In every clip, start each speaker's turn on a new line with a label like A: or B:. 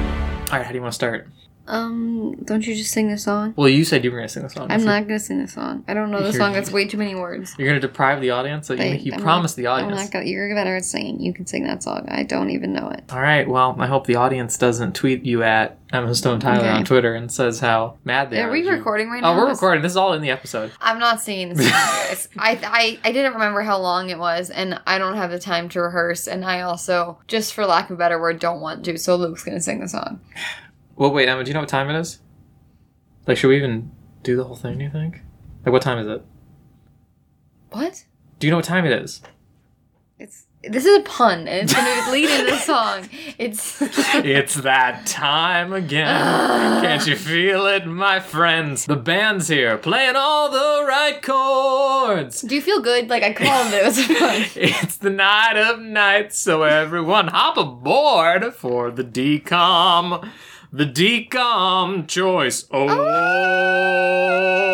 A: want to start?
B: Um, don't you just sing the song?
A: Well, you said you were going to sing the song.
B: I'm
A: So
B: not gonna sing the song. I don't know the
A: You're-
B: song. That's way too many words.
A: You're going to deprive the audience. So you,
B: Like,
A: you
B: I'm
A: promised the
B: I'm
A: audience.
B: not gonna. You're better at singing. You can sing that song. I don't even know it.
A: All right. Well, I hope the audience doesn't tweet you at Emma Stone Tyler
B: Okay.
A: on Twitter and says how mad they are.
B: Are we
A: at you.
B: recording right now?
A: Oh, we're recording. This is all in the episode.
B: I'm not singing the song, guys. I, I I didn't remember how long it was, and I don't have the time to rehearse. And I also, just for lack of a better word, don't want to. So Luke's gonna sing the song.
A: Well, wait, Emma. Do you know what time it is? Like, should we even do the whole thing? Do you think? Like, what time is it?
B: What?
A: Do you know what time it is?
B: It's this is a pun, and it's gonna lead into the song. It's
A: It's that time again. Can't you feel it, my friends? The band's here, playing all the right chords.
B: Do you feel good? Like I called it. It was a pun.
A: It's the night of nights, so everyone hop aboard for the decom. The decom choice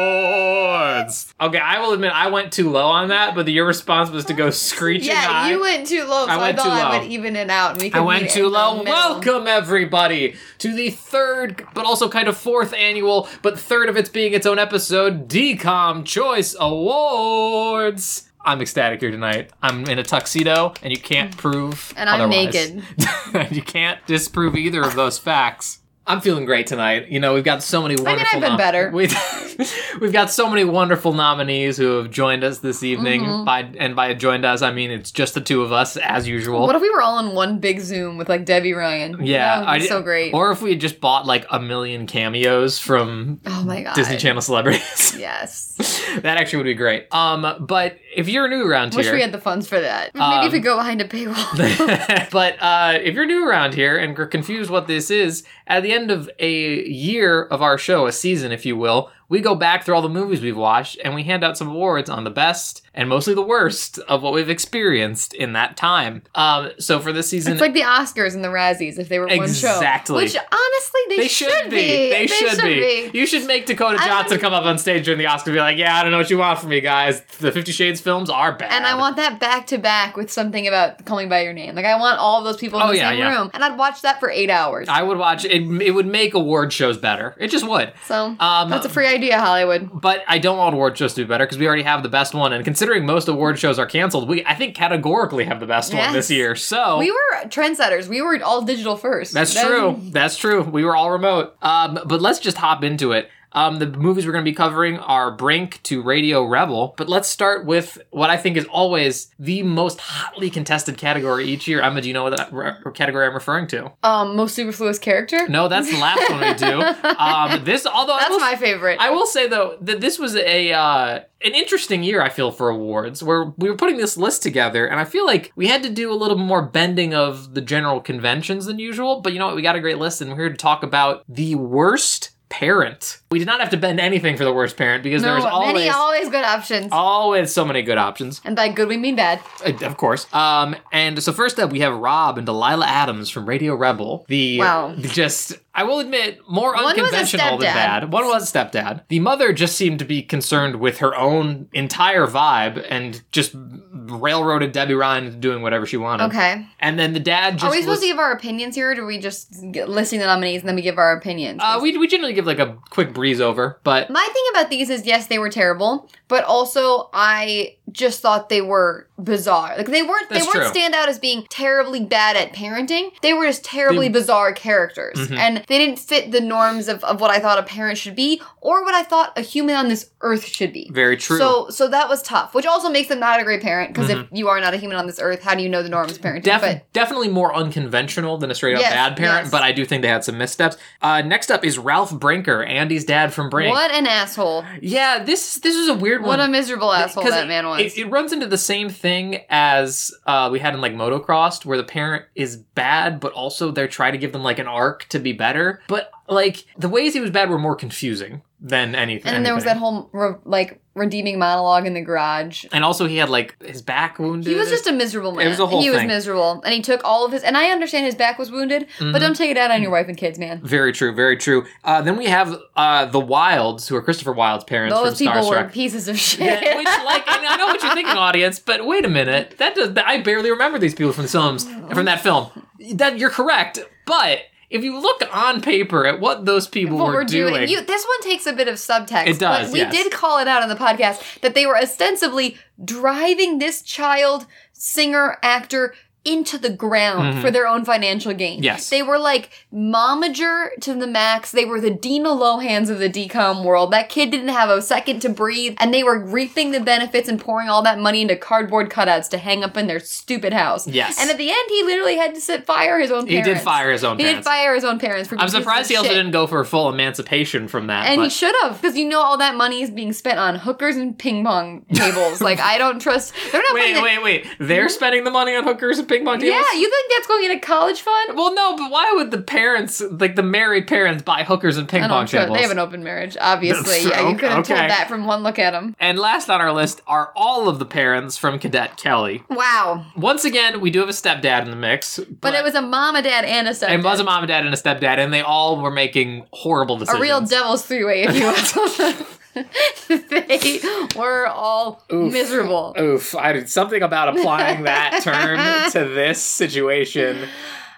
A: awards. Okay, I will admit I went too low on that, but your response was to go screeching
B: yeah,
A: high.
B: you went too low, so
A: I
B: I,
A: went
B: thought
A: too
B: I
A: low.
B: would even it out. And we could
A: I went
B: meet
A: too
B: in the
A: low.
B: middle.
A: Welcome everybody to the third, but also kind of fourth annual, but third of its being its own episode, DCOM Choice Awards. I'm ecstatic here tonight. I'm in a tuxedo, and you can't prove
B: Mm. And I'm
A: otherwise.
B: naked.
A: you can't disprove either of those facts. I'm feeling great tonight. You know, we've got so many wonderful.
B: I've been better.
A: We've, we've got so many wonderful nominees who have joined us this evening.
B: Mm-hmm.
A: By and by joined us, I mean it's just the two of us as usual.
B: What if we were all in one big Zoom with like Debbie Ryan?
A: Yeah,
B: that would be
A: I-
B: so great.
A: Or if we had just bought like a million cameos from
B: oh my god,
A: Disney Channel celebrities,
B: Yes,
A: that actually would be great. Um, but if you're new around
B: wish
A: here,
B: we had the funds for that. Maybe
A: Um,
B: if we go behind a paywall.
A: but uh, if you're new around here and are confused what this is, at the end of a year of our show, a season, if you will, we go back through all the movies we've watched and we hand out some awards on the best and mostly the worst of what we've experienced in that time. Um, so for this season,
B: It's like the Oscars and the Razzies if they were one show.
A: Exactly.
B: Which honestly, they,
A: They should, be. They, should, be. You should make Dakota
B: I
A: Johnson
B: don't-
A: come up on stage during the Oscars and be like, "Yeah, I don't know what you want from me, guys. The Fifty Shades films are bad."
B: And I want that back to back with something about calling by your name. Like I want all those people in
A: Oh,
B: the
A: yeah,
B: same
A: yeah.
B: room, and I'd watch that for eight hours.
A: I would watch it. It would make award shows better. It just would.
B: so
A: Um,
B: that's a free idea, Hollywood.
A: But I don't want award shows to do better because we already have the best one. And considering most award shows are canceled, we I think categorically have the best one
B: Yes.
A: this year. So
B: We were trendsetters. We were all digital first.
A: Oh. That's
B: Then-
A: true. That's true. We were all remote. Um, but let's just hop into it. Um, the movies we're going to be covering are Brink to Radio Rebel, but let's start with what I think is always the most hotly contested category each year. Emma, do you know what that re- category I'm referring to?
B: Um, most superfluous character.
A: No, that's the last one we do. Um, this, although I
B: that's
A: will,
B: my favorite.
A: I will say though that this was a uh, an interesting year. I feel for awards where we were putting this list together, and I feel like we had to do a little more bending of the general conventions than usual. But you know what? We got a great list, and we're here to talk about the worst parent. We did not have to bend anything for the worst parent because there
B: no,
A: was
B: many
A: always.
B: always good options.
A: Always so many good options,
B: and by good we mean bad.
A: Uh, of course. Um, and so first up, we have Rob and Delilah Adams from Radio Rebel. The
B: Wow.
A: just I will admit, more
B: One was a
A: unconventional than
B: stepdad.
A: bad. One was stepdad. The mother just seemed to be concerned with her own entire vibe and just railroaded Debbie Ryan into doing whatever she wanted.
B: Okay.
A: And then the dad just
B: Are we supposed
A: was-
B: to give our opinions here, or do we just get, listing the nominees and then we give our opinions?
A: uh, we we generally give like a quick breeze over, but
B: My thing about these is yes, they were terrible, but also I just thought they were bizarre. Like they weren't
A: That's
B: they weren't
A: true.
B: stand out as being terribly bad at parenting. They were just terribly bizarre characters.
A: Mhm.
B: And they didn't fit the norms of, of what I thought a parent should be or what I thought a human on this earth should be.
A: very true.
B: So so that was tough, which also makes them not a great parent, because if you are not a human on this earth, how do you know the norms of parenting?
A: Def-
B: but
A: definitely more unconventional than a straight up
B: Yes,
A: bad parent,
B: yes.
A: but I do think they had some missteps. Uh, next up is Ralph Brinker, Andy's dad from Brink.
B: what an asshole.
A: Yeah, this this is a weird
B: What
A: one.
B: a miserable asshole
A: 'Cause
B: that
A: it-
B: man was.
A: It, it runs into the same thing as uh, we had in like motocross, where the parent is bad, but also they're trying to give them like an arc to be better. But like the ways he was bad were more confusing than anything.
B: and then there was that
A: anything.
B: whole re- like redeeming monologue in the garage.
A: And also, he had like his back wounded.
B: He was just a miserable man.
A: It was a whole
B: he was
A: thing.
B: miserable, and he took all of his. And I understand his back was wounded, but don't take it out on your wife and kids, man.
A: Mm-hmm. very true, very true. Uh, then we have uh, the Wilds, who are Christopher Wilde's parents
B: Those
A: from
B: people were
A: Starstruck.
B: pieces of shit.
A: Yeah, which like and I know what you're thinking, audience, but wait a minute. That does I barely remember these people from films from that film. That you're correct, but if you look on paper at what those people
B: what
A: were,
B: we're doing.
A: doing,
B: You, this one takes a bit of subtext.
A: It does,
B: But we
A: yes.
B: did call it out on the podcast that they were ostensibly driving this child singer actor into the ground
A: Mhm.
B: for their own financial gain.
A: Yes.
B: They were like momager to the max. They were the Dina Lohans of the decom world. That kid didn't have a second to breathe and they were reaping the benefits and pouring all that money into cardboard cutouts to hang up in their stupid house.
A: Yes.
B: And at the end he literally had to sit fire his own
A: he
B: parents.
A: did fire his own
B: He did
A: parents.
B: fire his own parents for
A: I'm
B: being pieces
A: surprised
B: of
A: he also
B: shit.
A: didn't go for full emancipation from that.
B: And
A: but
B: he should have, because you know all that money is being spent on hookers and ping pong tables. like I don't trust. They're not. putting
A: wait,
B: that-
A: wait, wait. They're spending the money on hookers and ping pong tables?
B: Yeah, you think that's going into college fund?
A: Well, no, but why would the parents, like the married parents, buy hookers and ping
B: I
A: pong
B: don't trust.
A: tables?
B: They have an open marriage, obviously.
A: That's-
B: yeah, you
A: okay,
B: could have
A: okay.
B: told that from one look at him.
A: and last on our list are all of the parents from Cadet Kelly.
B: Wow,
A: Once again, we do have a stepdad in the mix, but,
B: but, it was a mom, a dad, and a son.
A: it was a mom and dad and a stepdad, and they all were making horrible
B: a
A: decisions.
B: real devil's three-way, if you will. they were all
A: Oof.
B: miserable.
A: Oof! I did something about applying that term to this situation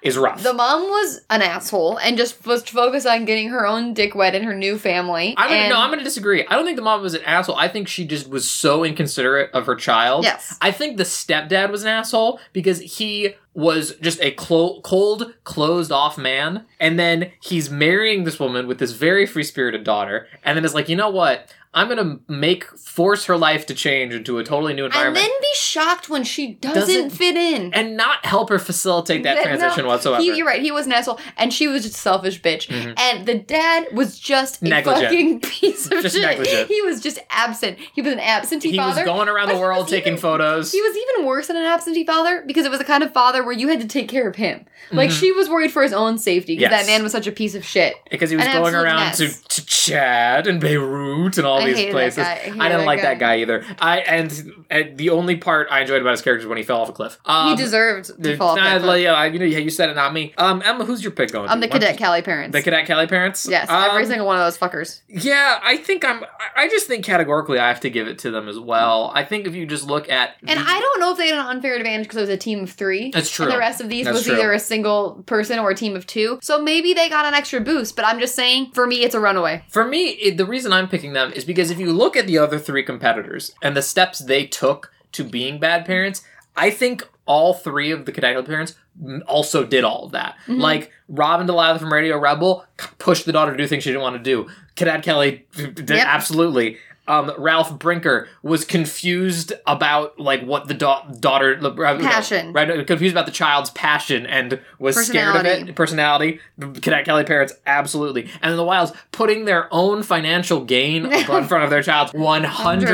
A: is rough.
B: The mom was an asshole and just was focused on getting her own dick wet in her new family.
A: I'm gonna,
B: and
A: no, I'm gonna disagree. I don't think the mom was an asshole. I think she just was so inconsiderate of her child.
B: Yes.
A: I think the stepdad was an asshole because he was just a clo- cold, closed off man. And then he's marrying this woman with this very free spirited daughter. And then is like, you know what? I'm gonna make, force her life to change into a totally new
B: and
A: environment.
B: then be shocked when she doesn't,
A: Doesn't-
B: fit in.
A: And, not help her facilitate that,
B: That- no,
A: transition whatsoever.
B: He, you're right. He was an asshole, and she was just a selfish bitch.
A: Mhm.
B: And the dad was just
A: Negligent.
B: a fucking piece of
A: Just
B: shit.
A: negligent.
B: He was just absent. He was an absentee
A: He was
B: father.
A: going around the
B: But he was
A: world taking
B: even-
A: photos.
B: he was even worse than an absentee father because it was the kind of father where you had to take care of him. Like
A: Mhm.
B: she was worried for his own safety because
A: Yes.
B: that man was such a piece of shit.
A: because he was
B: An
A: going
B: absolute
A: around to,
B: mess.
A: to Chad and Beirut and all
B: I
A: these
B: hated that
A: places.
B: guy. I hated
A: didn't
B: that
A: like
B: guy.
A: that guy either. I and, and the only part I enjoyed about his character is when he fell off a cliff. Um,
B: he deserved to
A: the-
B: fall off
A: nah,
B: that
A: like,
B: cliff.
A: yeah, I- you know, yeah, you said it, not me. Um, Emma, who's your pick going?
B: I'm
A: to?
B: the
A: One-
B: cadet Cali parents.
A: The cadet Kelly parents.
B: yes, every
A: Um,
B: single one of those fuckers.
A: Yeah, I think I'm. I- I just think categorically I have to give it to them as well. I think if you just look at
B: And
A: the-
B: I don't know if they had an unfair advantage because it was a team of three.
A: Mm-hmm. That's true.
B: And the rest of these
A: That's
B: was
A: true.
B: either a single person or a team of two. So maybe they got an extra boost, but I'm just saying, for me, it's a runaway.
A: For me, it, the reason I'm picking them is because if you look at the other three competitors and the steps they took to being bad parents, I think all three of the cadet Hill parents m- also did all of that.
B: Mhm.
A: Like Robin Delilah from Radio Rebel c- pushed the daughter to do things she didn't want to do. Cadet Kelly d- did
B: Yep.
A: absolutely. Um, Ralph Brinker was confused about like what the da- daughter the- uh, no,
B: Passion.
A: right? Confused about the child's passion and was scared of
B: Personality.
A: it personality, the Cadet Kelly parents, absolutely. And then the Wilds putting their own financial gain up in front of their child.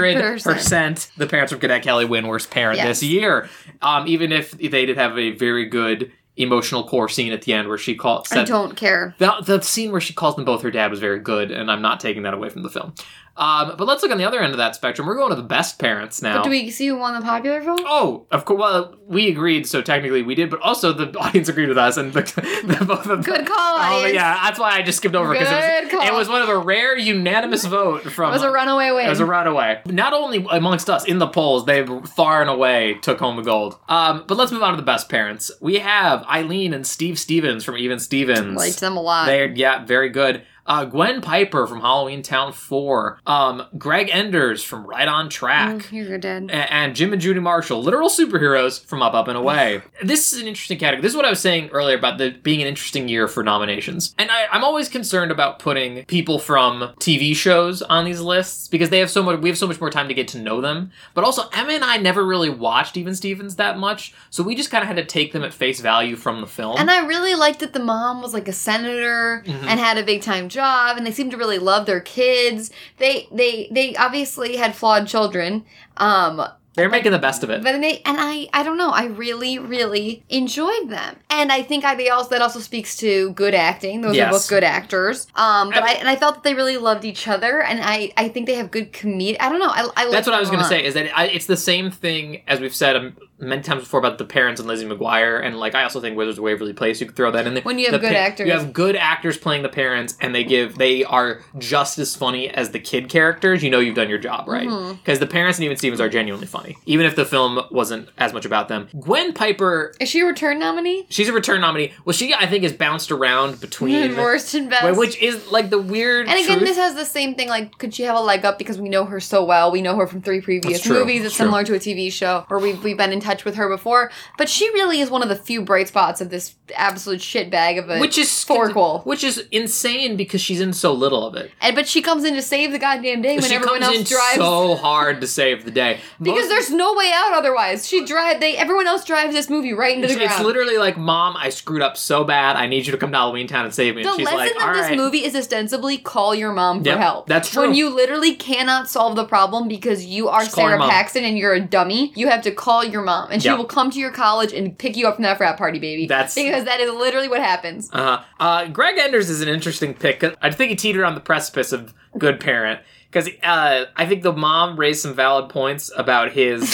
A: 100%. The parents from Cadet Kelly win worst parent this
B: Yes.
A: year. Um, even if they did have a very good emotional core scene at the end where she called.
B: I don't care.
A: The, the scene where she calls them both her dad was very good, and I'm not taking that away from the film. Um, but let's look on the other end of that spectrum. We're going to the best parents now.
B: But do we see who won the popular vote?
A: Oh, of course. Well, we agreed, so technically we did, but also the audience agreed with us, and the, the both of
B: Good call,
A: Oh,
B: audience.
A: yeah, that's why I just skipped over because it
B: Good
A: was,
B: call.
A: it was one of the rare unanimous vote
B: It
A: from.
B: was a runaway win.
A: it was a runaway. Not only amongst us in the polls, they far and away took home the gold. Um, but let's move on to the best parents. We have Eileen and Steve Stevens from Even Stevens.
B: Liked them a lot.
A: They yeah, very good. Uh, Gwen Piper from Halloween Town 4. Um, Greg Enders from Right on Track
B: Mm, Here you're dead.
A: and, and Jim and Judy Marshall, literal superheroes from Up, Up, and Away. this is an interesting category. This is what I was saying earlier about the being an interesting year for nominations. And I, I'm always concerned about putting people from TV shows on these lists because they have so much. We have so much more time to get to know them. But also, Emma and I never really watched Even Stevens that much, so we just kind of had to take them at face value from the film.
B: And I really liked that the mom was like a senator
A: Mhm.
B: and had a big time job, and they seemed to really love their kids. They they they obviously had flawed children, um,
A: They're making the best of it.
B: But they and I I don't know I really really enjoyed them and I think I they also that also speaks to good acting those
A: Yes.
B: are both good actors um but
A: And-
B: I and I felt that they really loved each other and I I think they have good comedic I don't know I I like
A: That's what I was
B: them
A: going
B: a
A: to
B: lot.
A: say. Is that I, it's the same thing as we've said um, many times before about the parents and Lizzie McGuire, and like I also think Wizards of Waverly Place. You could throw that in there.
B: When you have
A: The
B: good actors.
A: you have good actors playing the parents, and they give they are just as funny as the kid characters. You know you've done your job right
B: Mm-hmm.
A: because the parents and even Stevens are genuinely funny, even if the film wasn't as much about them. Gwen Piper.
B: Is she a return nominee?
A: She's a return nominee. Well, she I think is bounced around between
B: Worst and best.
A: which is like the weird.
B: Mm-hmm. and again,
A: truth.
B: this has the same thing. Like, could she have a leg up because we know her so well? We know her from three previous
A: That's true.
B: movies. It's
A: That's true.
B: similar to a TV show, or we've, we've been in touch with her before. But she really is one of the few bright spots of this absolute shitbag of a
A: which is
B: Forquel.
A: which is insane because she's in so little of it.
B: And but she comes in to save the goddamn day when
A: she
B: everyone
A: comes
B: else
A: in
B: drives.
A: so hard to save the day
B: because
A: Most-
B: there's no way out otherwise. She drive they everyone else drives this movie right into the
A: It's,
B: ground.
A: it's literally like, Mom, I screwed up so bad. I need you to come to Halloween Town and save me.
B: the
A: and she's
B: lesson
A: like,
B: of
A: All right.
B: this movie is ostensibly call your mom for
A: Yep,
B: help.
A: that's
B: When
A: true.
B: you literally cannot solve the problem because you are
A: Just call
B: Sarah
A: your mom.
B: Paxton and you're a dummy, you have to call your mom, and she
A: Yep.
B: will come to your college and pick you up from that frat party, baby.
A: That's-
B: because that is literally what happens.
A: Uh-huh. Uh, Greg Enders is an interesting pick. 'cause I think he teetered on the precipice of good parent because uh, I think the mom raised some valid points about his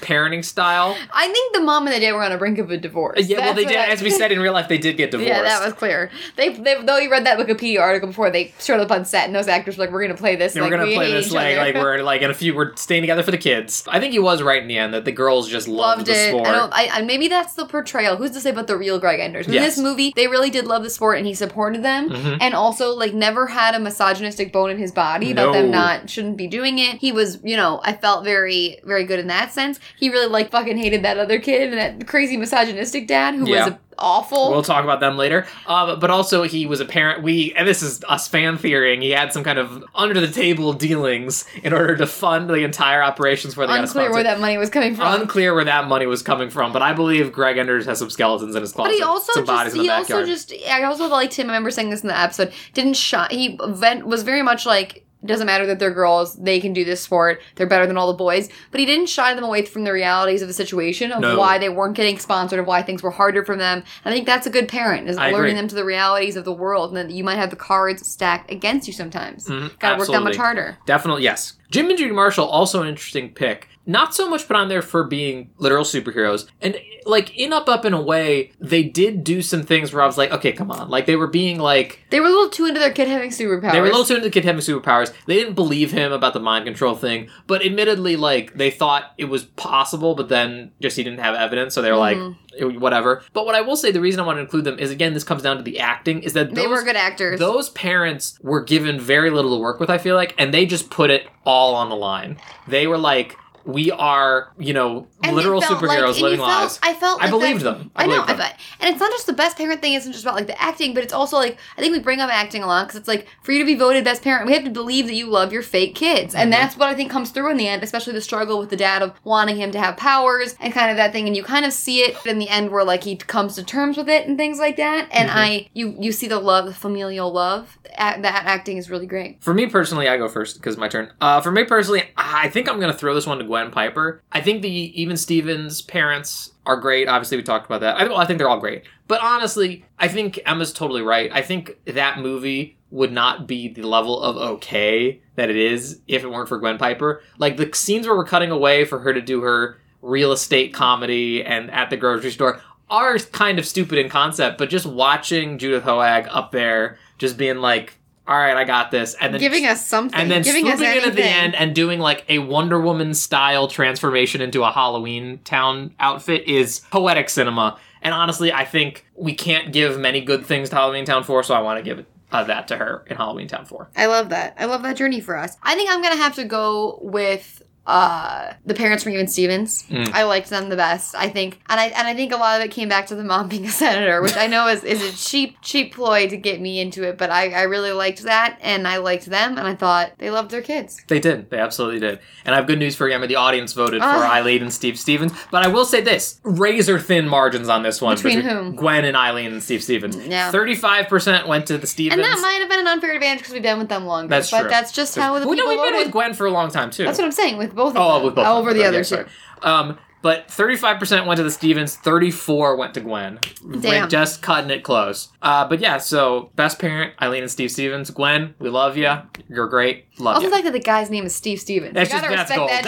A: parenting style.
B: I think the mom and the dad were on a brink of a divorce.
A: Uh, Yeah, well,
B: That's
A: they
B: what
A: did.
B: I-
A: As we said in real life, they did get divorced.
B: Yeah, that was clear. They, they though you read that Wikipedia article before they showed up on set, and those actors were like, "We're gonna play this.
A: Yeah,
B: like,
A: we're gonna
B: we
A: play
B: hate
A: this
B: each
A: like
B: other."
A: like we're like in a few we're staying together for the kids. I think he was right in the end that the girls just loved,
B: loved
A: the
B: it.
A: sport.
B: I don't. I, I maybe that's the portrayal. Who's to say about the real Greg Enders? In
A: Yes.
B: this movie, they really did love the sport, and he supported them,
A: Mhm.
B: and also like never had a misogynistic bone in his body about them
A: No.
B: not shouldn't be doing it. He was, you know, I felt very very good in that sense. He really like fucking hated that other kid and that crazy misogynistic dad who
A: Yeah.
B: was awful.
A: We'll talk about them later. Uh, but also, he was a parent. We and this is us fan theorying. He had some kind of under the table dealings in order to fund the entire operations where they got a
B: Unclear
A: sponsor.
B: where that money was coming from.
A: Unclear where that money was coming from, but I believe Greg Enders has some skeletons in his closet.
B: But he also
A: some
B: just,
A: bodies in the
B: he
A: backyard.
B: also just I also liked him. I remember saying this in the episode. Didn't shine. He vent was very much like doesn't matter that they're girls. They can do this sport. They're better than all the boys. But he didn't shy them away from the realities of the situation of
A: No.
B: why they weren't getting sponsored, of why things were harder for them. I think that's a good parent is
A: I
B: alerting
A: agree.
B: them to the realities of the world, and that you might have the cards stacked against you sometimes.
A: Mhm,
B: Got to work that much
A: absolutely.
B: harder.
A: Definitely, yes. Jim and Judy Marshall, also an interesting pick. Not so much put on there for being literal superheroes. And, like, in Up Up in a way, they did do some things where I was like, okay, come on. Like, they were being, like,
B: They were a little too into their kid having superpowers.
A: they were a little too into the kid having superpowers. They didn't believe him about the mind control thing. But admittedly, like, they thought it was possible, but then just he didn't have evidence. So they were
B: Mhm.
A: like, eh, whatever. But what I will say, the reason I want to include them is, again, this comes down to the acting, is that
B: They
A: those
B: were good actors.
A: those parents were given very little to work with, I feel like, and they just put it all on the line. They were like, we are, you know,
B: And it
A: literal
B: felt
A: superheroes
B: like- and you
A: living
B: felt-
A: lives.
B: I felt.
A: I
B: like
A: believed
B: that-
A: them. I
B: I, know.
A: believed
B: I
A: them.
B: bet. And it's not just the best parent thing. It's not just about like the acting, but it's also like I think we bring up acting a lot because it's like for you to be voted best parent, we have to believe that you love your fake kids, and
A: Mm-hmm.
B: that's what I think comes through in the end, especially the struggle with the dad of wanting him to have powers and kind of that thing, and you kind of see it in the end where like he comes to terms with it and things like that, and
A: Mm-hmm.
B: I you you see the love, the familial love. That that acting is really great.
A: For me personally, I go first because my turn. Uh, for me personally, I think I'm going to throw this one to Gwen Piper. I think the even Stevens parents are great. Obviously, we talked about that. I, well, I think they're all great. But honestly, I think Emma's totally right. I think that movie would not be the level of okay that it is if it weren't for Gwen Piper. Like the scenes where we're cutting away for her to do her real estate comedy and at the grocery store are kind of stupid in concept, but just watching Judith Hoag up there just being like, all right, I got this. And then
B: giving us something.
A: and then
B: giving us
A: swooping in at the
B: anything.
A: end and doing like a Wonder Woman style transformation into a Halloween town outfit is poetic cinema. And honestly, I think we can't give many good things to Halloween Town 4, so I want to give uh, that to her in Halloween Town 4.
B: I love that. I love that journey for us. I think I'm gonna have to go with uh the parents from even Stevens.
A: Mm.
B: I liked them the best, I think. And I and I think a lot of it came back to the mom being a senator, which I know is, is a cheap, cheap ploy to get me into it, but I, I really liked that and I liked them and I thought they loved their kids.
A: They did. They absolutely did. And I have good news for you. I mean, the audience voted for
B: Ah.
A: Eileen and Steve Stevens. But I will say this razor thin margins on this one
B: Between whom?
A: Gwen and Eileen and Steve Stevens.
B: Yeah.
A: 35% went to the Stevens.
B: And that might have been an unfair advantage because we've been with them longer.
A: That's
B: but
A: true.
B: that's just how the
A: Well,
B: people
A: no, we've been
B: voted.
A: with Gwen for a long time, too.
B: That's what I'm saying, with both of
A: Oh,
B: them.
A: with both
B: over
A: of them.
B: the
A: Yeah,
B: other
A: sorry.
B: two.
A: Um, but 35% went to the Stevens, 34 went to Gwen. We're
B: Damn.
A: just cutting it close. Uh, but yeah, so best parent, Eileen and Steve Stevens. Gwen, we love you. You're great. Love
B: also
A: you.
B: like that the guy's name is Steve Stevens.
A: That's
B: you
A: just
B: gotta
A: that's
B: respect
A: gold.
B: that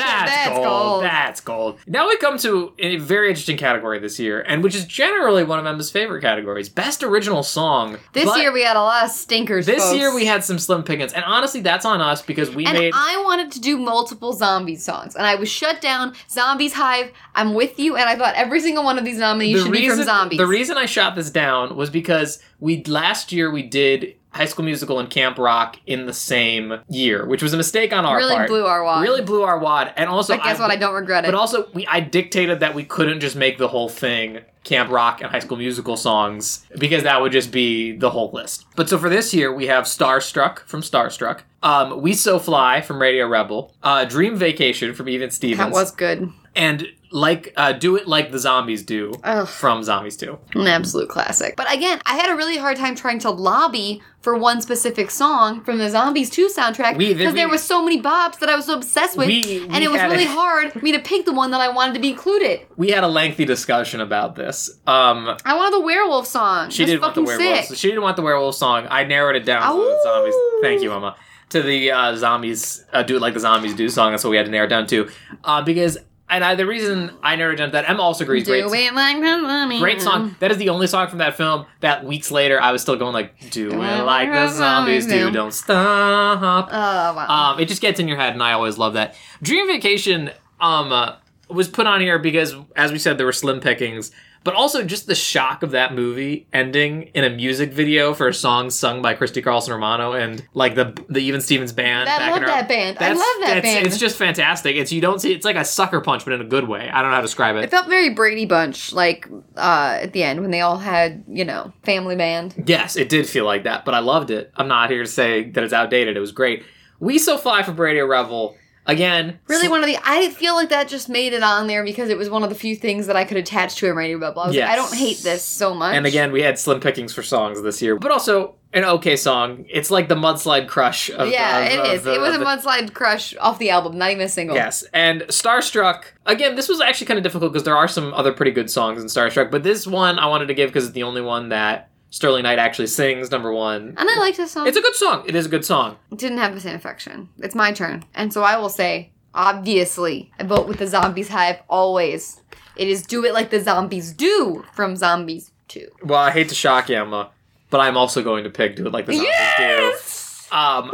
A: that's,
B: shit.
A: gold. That's gold. Now we come to a very interesting category this year, and which is generally one of Emma's favorite categories: best original song.
B: This
A: But
B: year we had a lot of stinkers.
A: this
B: folks.
A: year we had some slim pickings, and honestly, that's on us because we
B: And
A: made.
B: I wanted to do multiple zombie songs, and I was shut down. Zombies Hive, I'm with you, and I thought every single one of these nominees should be from zombies.
A: The reason I shot this down was because we last year we did High School Musical and Camp Rock in the same year, which was a mistake on our
B: really
A: part.
B: blew our wad.
A: Really blew our wad, and also
B: but guess what? I don't regret it.
A: But also, we I dictated that we couldn't just make the whole thing Camp Rock and High School Musical songs because that would just be the whole list. But so for this year, we have Starstruck from Starstruck, um, We So Fly from Radio Rebel, uh, Dream Vacation from Even Stevens,
B: that was good.
A: and like uh, Do It Like the Zombies Do
B: Ugh.
A: from Zombies Do.
B: An absolute classic. But again, I had a really hard time trying to lobby for one specific song from the Zombies 2 soundtrack
A: We-
B: because there
A: we-
B: were so many bops that I was so obsessed with,
A: We- we
B: and it was
A: had
B: really
A: a-
B: hard for me to pick the one that I wanted to be included.
A: We had a lengthy discussion about this. Um,
B: I wanted the werewolf song.
A: She
B: That's
A: didn't want the
B: fucking
A: werewolf.
B: sick.
A: She didn't want the werewolf song. I narrowed it down to the zombies.
B: Ow.
A: Thank you, Emma. To the uh, zombies, uh, do it like the zombies do song. That's what we had to narrow it down to, uh, because and I, the reason I narrowed it down to that Emma also agrees. Great,
B: Do it like the zombies.
A: great song. That is the only song from that film that weeks later I was still going like, do it like the zombies do, don't stop.
B: Oh, wow.
A: Um, it just gets in your head, and I always love that. Dream Vacation um, uh, was put on here because, as we said, there were slim pickings, but also just the shock of that movie ending in a music video for a song sung by Christy Carlson Romano and like the the Even Stevens band.
B: I love
A: in
B: that band. I love that
A: that's-
B: band.
A: It's just fantastic. It's you don't see. It's like a sucker punch, but in a good way. I don't know how to describe
B: it
A: it.
B: felt very Brady Bunch, like uh, at the end when they all had, you know, family band.
A: Yes, it did feel like that, but I loved it. I'm not here to say that it's outdated. It was great. We so fly from Radio Revel again.
B: Really, one of the I feel like that just made it on there because it was one of the few things that I could attach to a radio bubble. I was like, I
A: Yes.
B: don't hate this so much.
A: And again, we had slim pickings for songs this year, but also an okay song. It's like the mudslide crush. Of
B: yeah,
A: of- of
B: it is.
A: the-
B: it was
A: of the-
B: a mudslide crush off the album, not even a single.
A: Yes, and Starstruck. Again, this was actually kind of difficult because there are some other pretty good songs in Starstruck, but this one I wanted to give because it's the only one that Sterling Knight actually sings. Number one,
B: And I liked this song.
A: it's a good song. It is a good song.
B: It didn't have the same affection. It's my turn, and so I will say, obviously, I vote with the Zombies Hive always. It is "Do It Like the Zombies Do" from Zombies Two.
A: Well, I hate to shock you, Emma, but I'm also going to pick "Do It Like the Zombies
B: Yes,
A: Do." Um,
B: zombies.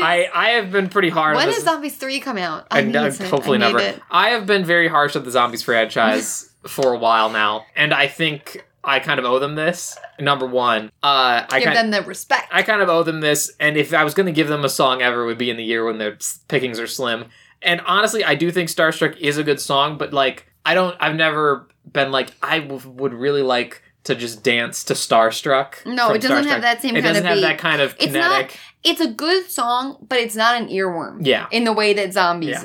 A: I I have been pretty hard. on
B: when
A: this.
B: is Zombies 3 come out?
A: I
B: need
A: know,
B: it.
A: hopefully
B: I need
A: never.
B: it.
A: I have been very harsh on the zombies franchise for a while now, and I think I kind of owe them this. Number one, uh, I
B: Give
A: kind,
B: them the respect.
A: I kind of owe them this, and if I was going to give them a song ever, it would be in the year when their s- pickings are slim. And honestly, I do think Starstruck is a good song, but like, I don't. I've never been like I w- would really like to just dance to Starstruck.
B: No,
A: from
B: it doesn't have
A: Starstruck.
B: that same
A: It
B: kind
A: doesn't
B: of
A: have
B: beat.
A: that kind of
B: It's
A: kinetic.
B: not. It's a good song, but it's not an earworm.
A: Yeah.
B: In the way that Zombies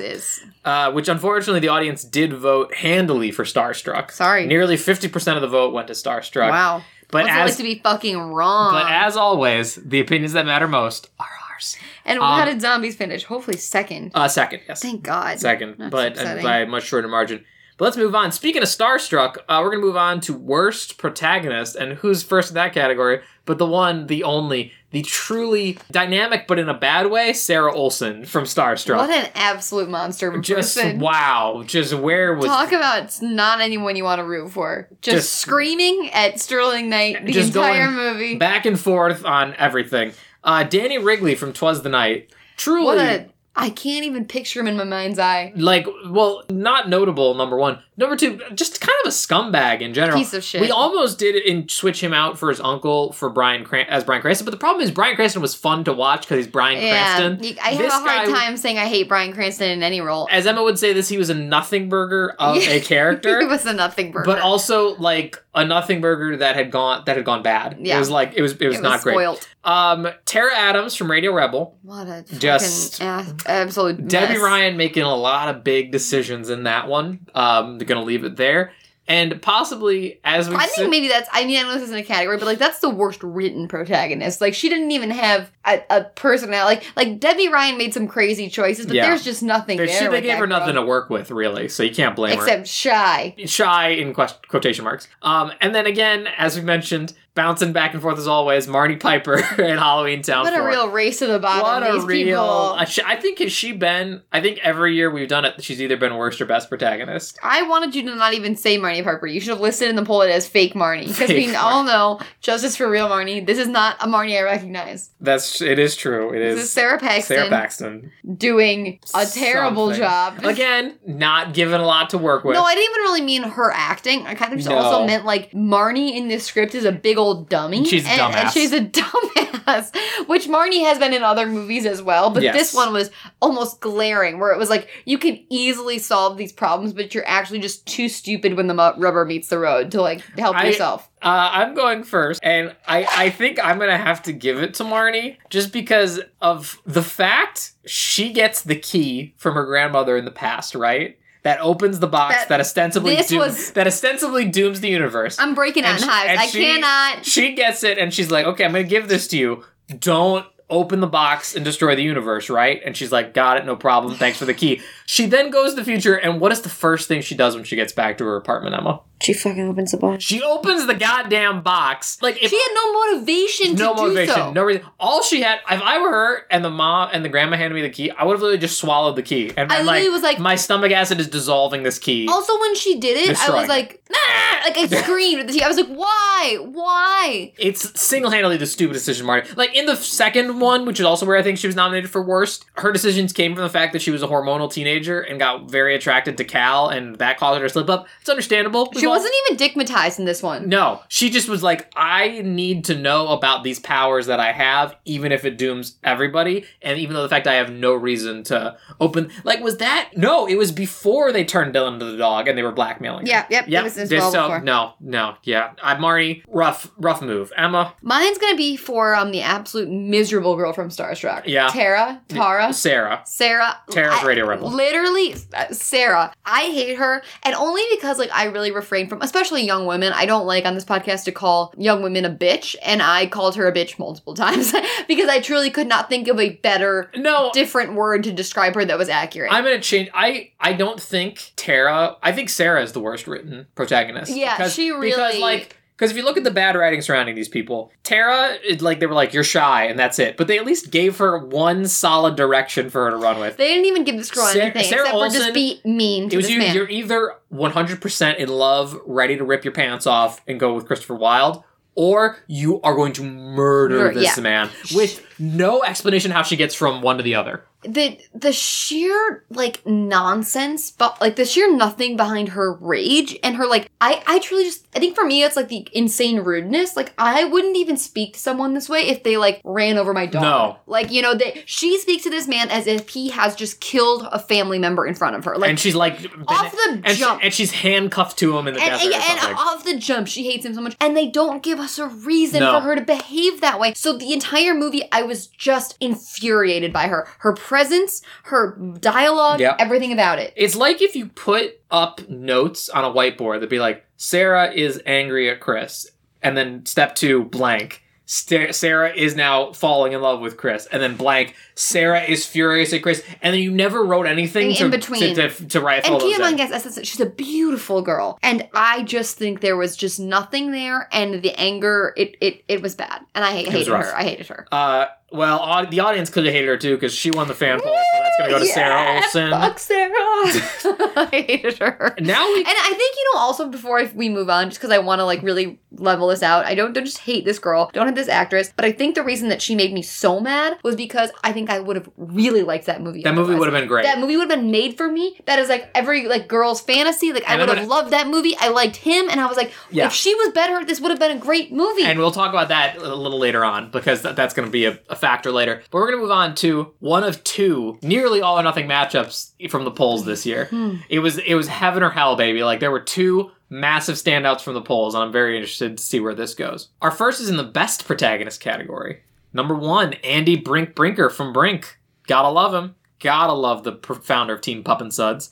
A: Yeah.
B: is.
A: uh, which unfortunately the audience did vote handily for Starstruck.
B: Sorry.
A: nearly fifty percent of the vote went to Starstruck.
B: Wow.
A: But
B: What's it
A: as
B: like to be fucking wrong?
A: but as always, the opinions that matter most are ours.
B: and how
A: um,
B: did Zombies finish? Hopefully second.
A: Uh, second, yes,
B: Thank God.
A: second,
B: That's
A: but and
B: upsetting.
A: by a much shorter margin. But let's move on. Speaking of Starstruck, uh, we're gonna move on to worst protagonist, and who's first in that category? But the one, the only, the truly dynamic, but in a bad way, Sarah Olson from Starstruck.
B: What an absolute monster. of a
A: just
B: person.
A: wow, just where was
B: Talk about it's not anyone you want to root for. Just,
A: Just-
B: screaming at Sterling Knight the
A: Just
B: entire
A: going
B: movie.
A: back and forth on everything. Uh, Danny Wrigley from Twas the Night, truly
B: what a. I can't even picture him in my mind's eye.
A: like, well, not notable. Number one, number two, just kind of a scumbag in general.
B: Piece of shit.
A: We almost did it and switch him out for his uncle for Brian Cran- as Brian Cranston, but the problem is Brian Cranston was fun to watch because he's Brian Cranston.
B: you- I have
A: This
B: a hard
A: guy-
B: time saying I hate Brian Cranston in any role.
A: As Emma would say, this he was a nothing burger of a
B: he
A: character.
B: was a nothing burger.
A: But also like a nothing burger that had gone that had gone bad. It
B: Yeah.
A: was like it was it was,
B: it was
A: not great.
B: spoiled.
A: Um Tara Adams from Radio Rebel.
B: What a
A: Just-
B: just absolute
A: Debbie
B: mess.
A: Ryan making a lot of big decisions in that one. Um, they're gonna leave it there, and possibly as we
B: I
A: sit-
B: think maybe that's. I mean, I know this isn't a category, but like that's the worst written protagonist. Like she didn't even have a, a personality. Like like Debbie Ryan made some crazy choices, but
A: Yeah.
B: there's just nothing
A: they,
B: there.
A: she, they
B: with
A: gave
B: that
A: her nothing
B: girl.
A: to work with, really, so you can't blame
B: except shy.
A: her. Shy in quest- quotation marks. Um, and then again, as we mentioned, bouncing back and forth as always, Marty Piper and Halloween Town.
B: What a
A: 4.
B: real race to the bottom.
A: What
B: These
A: a real!
B: people.
A: I sh- I think has she been? I think every year we've done it, she's either been worst or best protagonist.
B: I wanted you to not even say Marnie Harper. You should have listed in the poll it as fake Marnie. Because we
A: Fake
B: all know, justice for real Marnie, this is not a Marnie I recognize.
A: That's it is true. It
B: This is
A: is
B: Sarah Paxton
A: Sarah Paxton
B: doing a terrible
A: Something.
B: job.
A: again. Not given a lot to work with.
B: No, I didn't even really mean her acting. I kind of just
A: No.
B: also meant like Marnie in this script is a big old dummy.
A: She's a
B: and, And
A: dumbass.
B: she's a dumbass. Which Marnie has been in other movies as well, but
A: Yes.
B: this one was almost glaring, where it was like you can easily solve these problems, but you're actually just too stupid when the mu- rubber meets the road to like help
A: I-
B: yourself.
A: Uh, I'm going first, and I, I think I'm gonna have to give it to Marnie just because of the fact she gets the key from her grandmother in the past, right? That opens the box
B: That-
A: that, ostensibly
B: this
A: doom-
B: was-
A: that ostensibly dooms the universe.
B: I'm breaking out
A: And she-
B: in
A: and
B: hives. I
A: she-
B: cannot.
A: she gets it, and she's like, "Okay, I'm gonna give this to you. Don't." Open the box and destroy the universe, right? And she's like, Got it, no problem. Thanks for the key. She then goes to the future, and what is the first thing she does when she gets back to her apartment, Emma?
B: She fucking opens the box.
A: She opens the goddamn box. Like, if
B: She had no motivation to
A: no
B: do
A: motivation,
B: so.
A: no reason. All she had, if I were her and the mom and the grandma handed me the key, I would have literally just swallowed the key. And
B: I
A: been
B: literally was like-
A: my stomach acid is dissolving this key.
B: Also, when she did it, I
A: Destroying
B: was
A: it.
B: like, "Ah!" like I screamed. I was like, why? Why?
A: it's single-handedly the stupidest decision, Marty. Like in the second one, which is also where I think she was nominated for worst, her decisions came from the fact that she was a hormonal teenager and got very attracted to Cal, and that caused her to slip up. It's understandable.
B: She
A: We've all-
B: wasn't even dickmatized in this one.
A: No, she just was like, I need to know about these powers that I have, even if it dooms everybody, and even though the fact I have no reason to open. Like, was that? No, it was before they turned Dylan into the dog and they were blackmailing.
B: Yeah, yep, it
A: yeah.
B: was as well before.
A: no, no, yeah. I'm Marty. Rough, rough move. Emma,
B: Mine's gonna be for um the absolute miserable girl from Starstruck.
A: Yeah.
B: Tara, Tara,
A: Sarah.
B: Sarah.
A: Tara's
B: I-
A: Radio Rebel.
B: Literally, uh, Sarah. I hate her, and only because like I really refrain from, especially young women. I don't like on this podcast to call young women a bitch, and I called her a bitch multiple times because I truly could not think of a better,
A: No,
B: different word to describe her that was accurate.
A: I'm gonna change. I I don't think Tara. I think Sarah is the worst written protagonist.
B: Yeah, she
A: because
B: really-
A: like because if you look at the bad writing surrounding these people, Tara it, like they were like you're shy and that's it. But they at least gave her one solid direction for her to run with.
B: they didn't even give this girl
A: Sarah-
B: anything
A: Sarah
B: except for
A: Olsen-
B: just be mean to
A: It was
B: this
A: you,
B: man.
A: you're either 100% in love, ready to rip your pants off and go with Christopher Wilde, or you are going to murder
B: Murder-
A: this
B: yeah.
A: man with no explanation how she gets from one to the other.
B: the the sheer like nonsense but like the sheer nothing behind her rage and her like i i truly just i think for me it's like the insane rudeness like i wouldn't even speak to someone this way if they like ran over my dog
A: No.
B: like you know they she speaks to this man as if he has just killed a family member in front of her like
A: and she's like
B: off the
A: and, she-
B: jump
A: and she's handcuffed to him in the
B: and,
A: desert.
B: and,
A: or
B: and
A: something.
B: off the jump, she hates him so much. And they don't give us a reason
A: No.
B: for her to behave that way. So the entire movie, I was just infuriated by her. Her presence, her dialogue,
A: Yep.
B: everything about it.
A: It's like if you put up notes on a whiteboard that'd be like, Sarah is angry at Chris. And then step two, blank. Sta- Sarah is now falling in love with Chris. And then blank, Sarah is furious at Chris. And then you never wrote anything
B: In
A: to,
B: between.
A: to, to, to write all
B: And
A: those
B: Kia
A: in.
B: Mongas, as I said, she's a beautiful girl. And I just think there was just nothing there. And the anger, it it, it was bad. And I ha-
A: was
B: hated
A: rough.
B: her. I hated her.
A: Uh, well, au- the audience could have hated her too because she won the fan poll. So that's going to go to
B: Yeah,
A: Sarah Olson.
B: Fuck Sarah. I hated her.
A: Now we
B: And I think you know also before if we move on, just because I want to like really level this out. I don't, don't just hate this girl, don't hate this actress, but I think the reason that she made me so mad was because I think I would have really liked that movie.
A: that movie
B: otherwise.
A: would have been great.
B: That movie would have been made for me. That is like every like girl's fantasy. Like I
A: And I
B: would
A: would've-
B: have loved that movie. I liked him, and I was like,
A: Yeah.
B: if she was better, this would have been a great movie.
A: And we'll talk about that a little later on because th- that's going to be a, a factor later. But we're going to move on to one of two nearly all or nothing matchups from the polls this year.
B: Hmm.
A: It was it was heaven or hell, baby. Like there were two massive standouts from the polls, and I'm very interested to see where this goes. Our first is in the best protagonist category. Number one, Andy Brink Brinker from Brink. Gotta love him. Gotta love the pr- founder of Team Pup and Suds.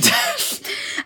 B: I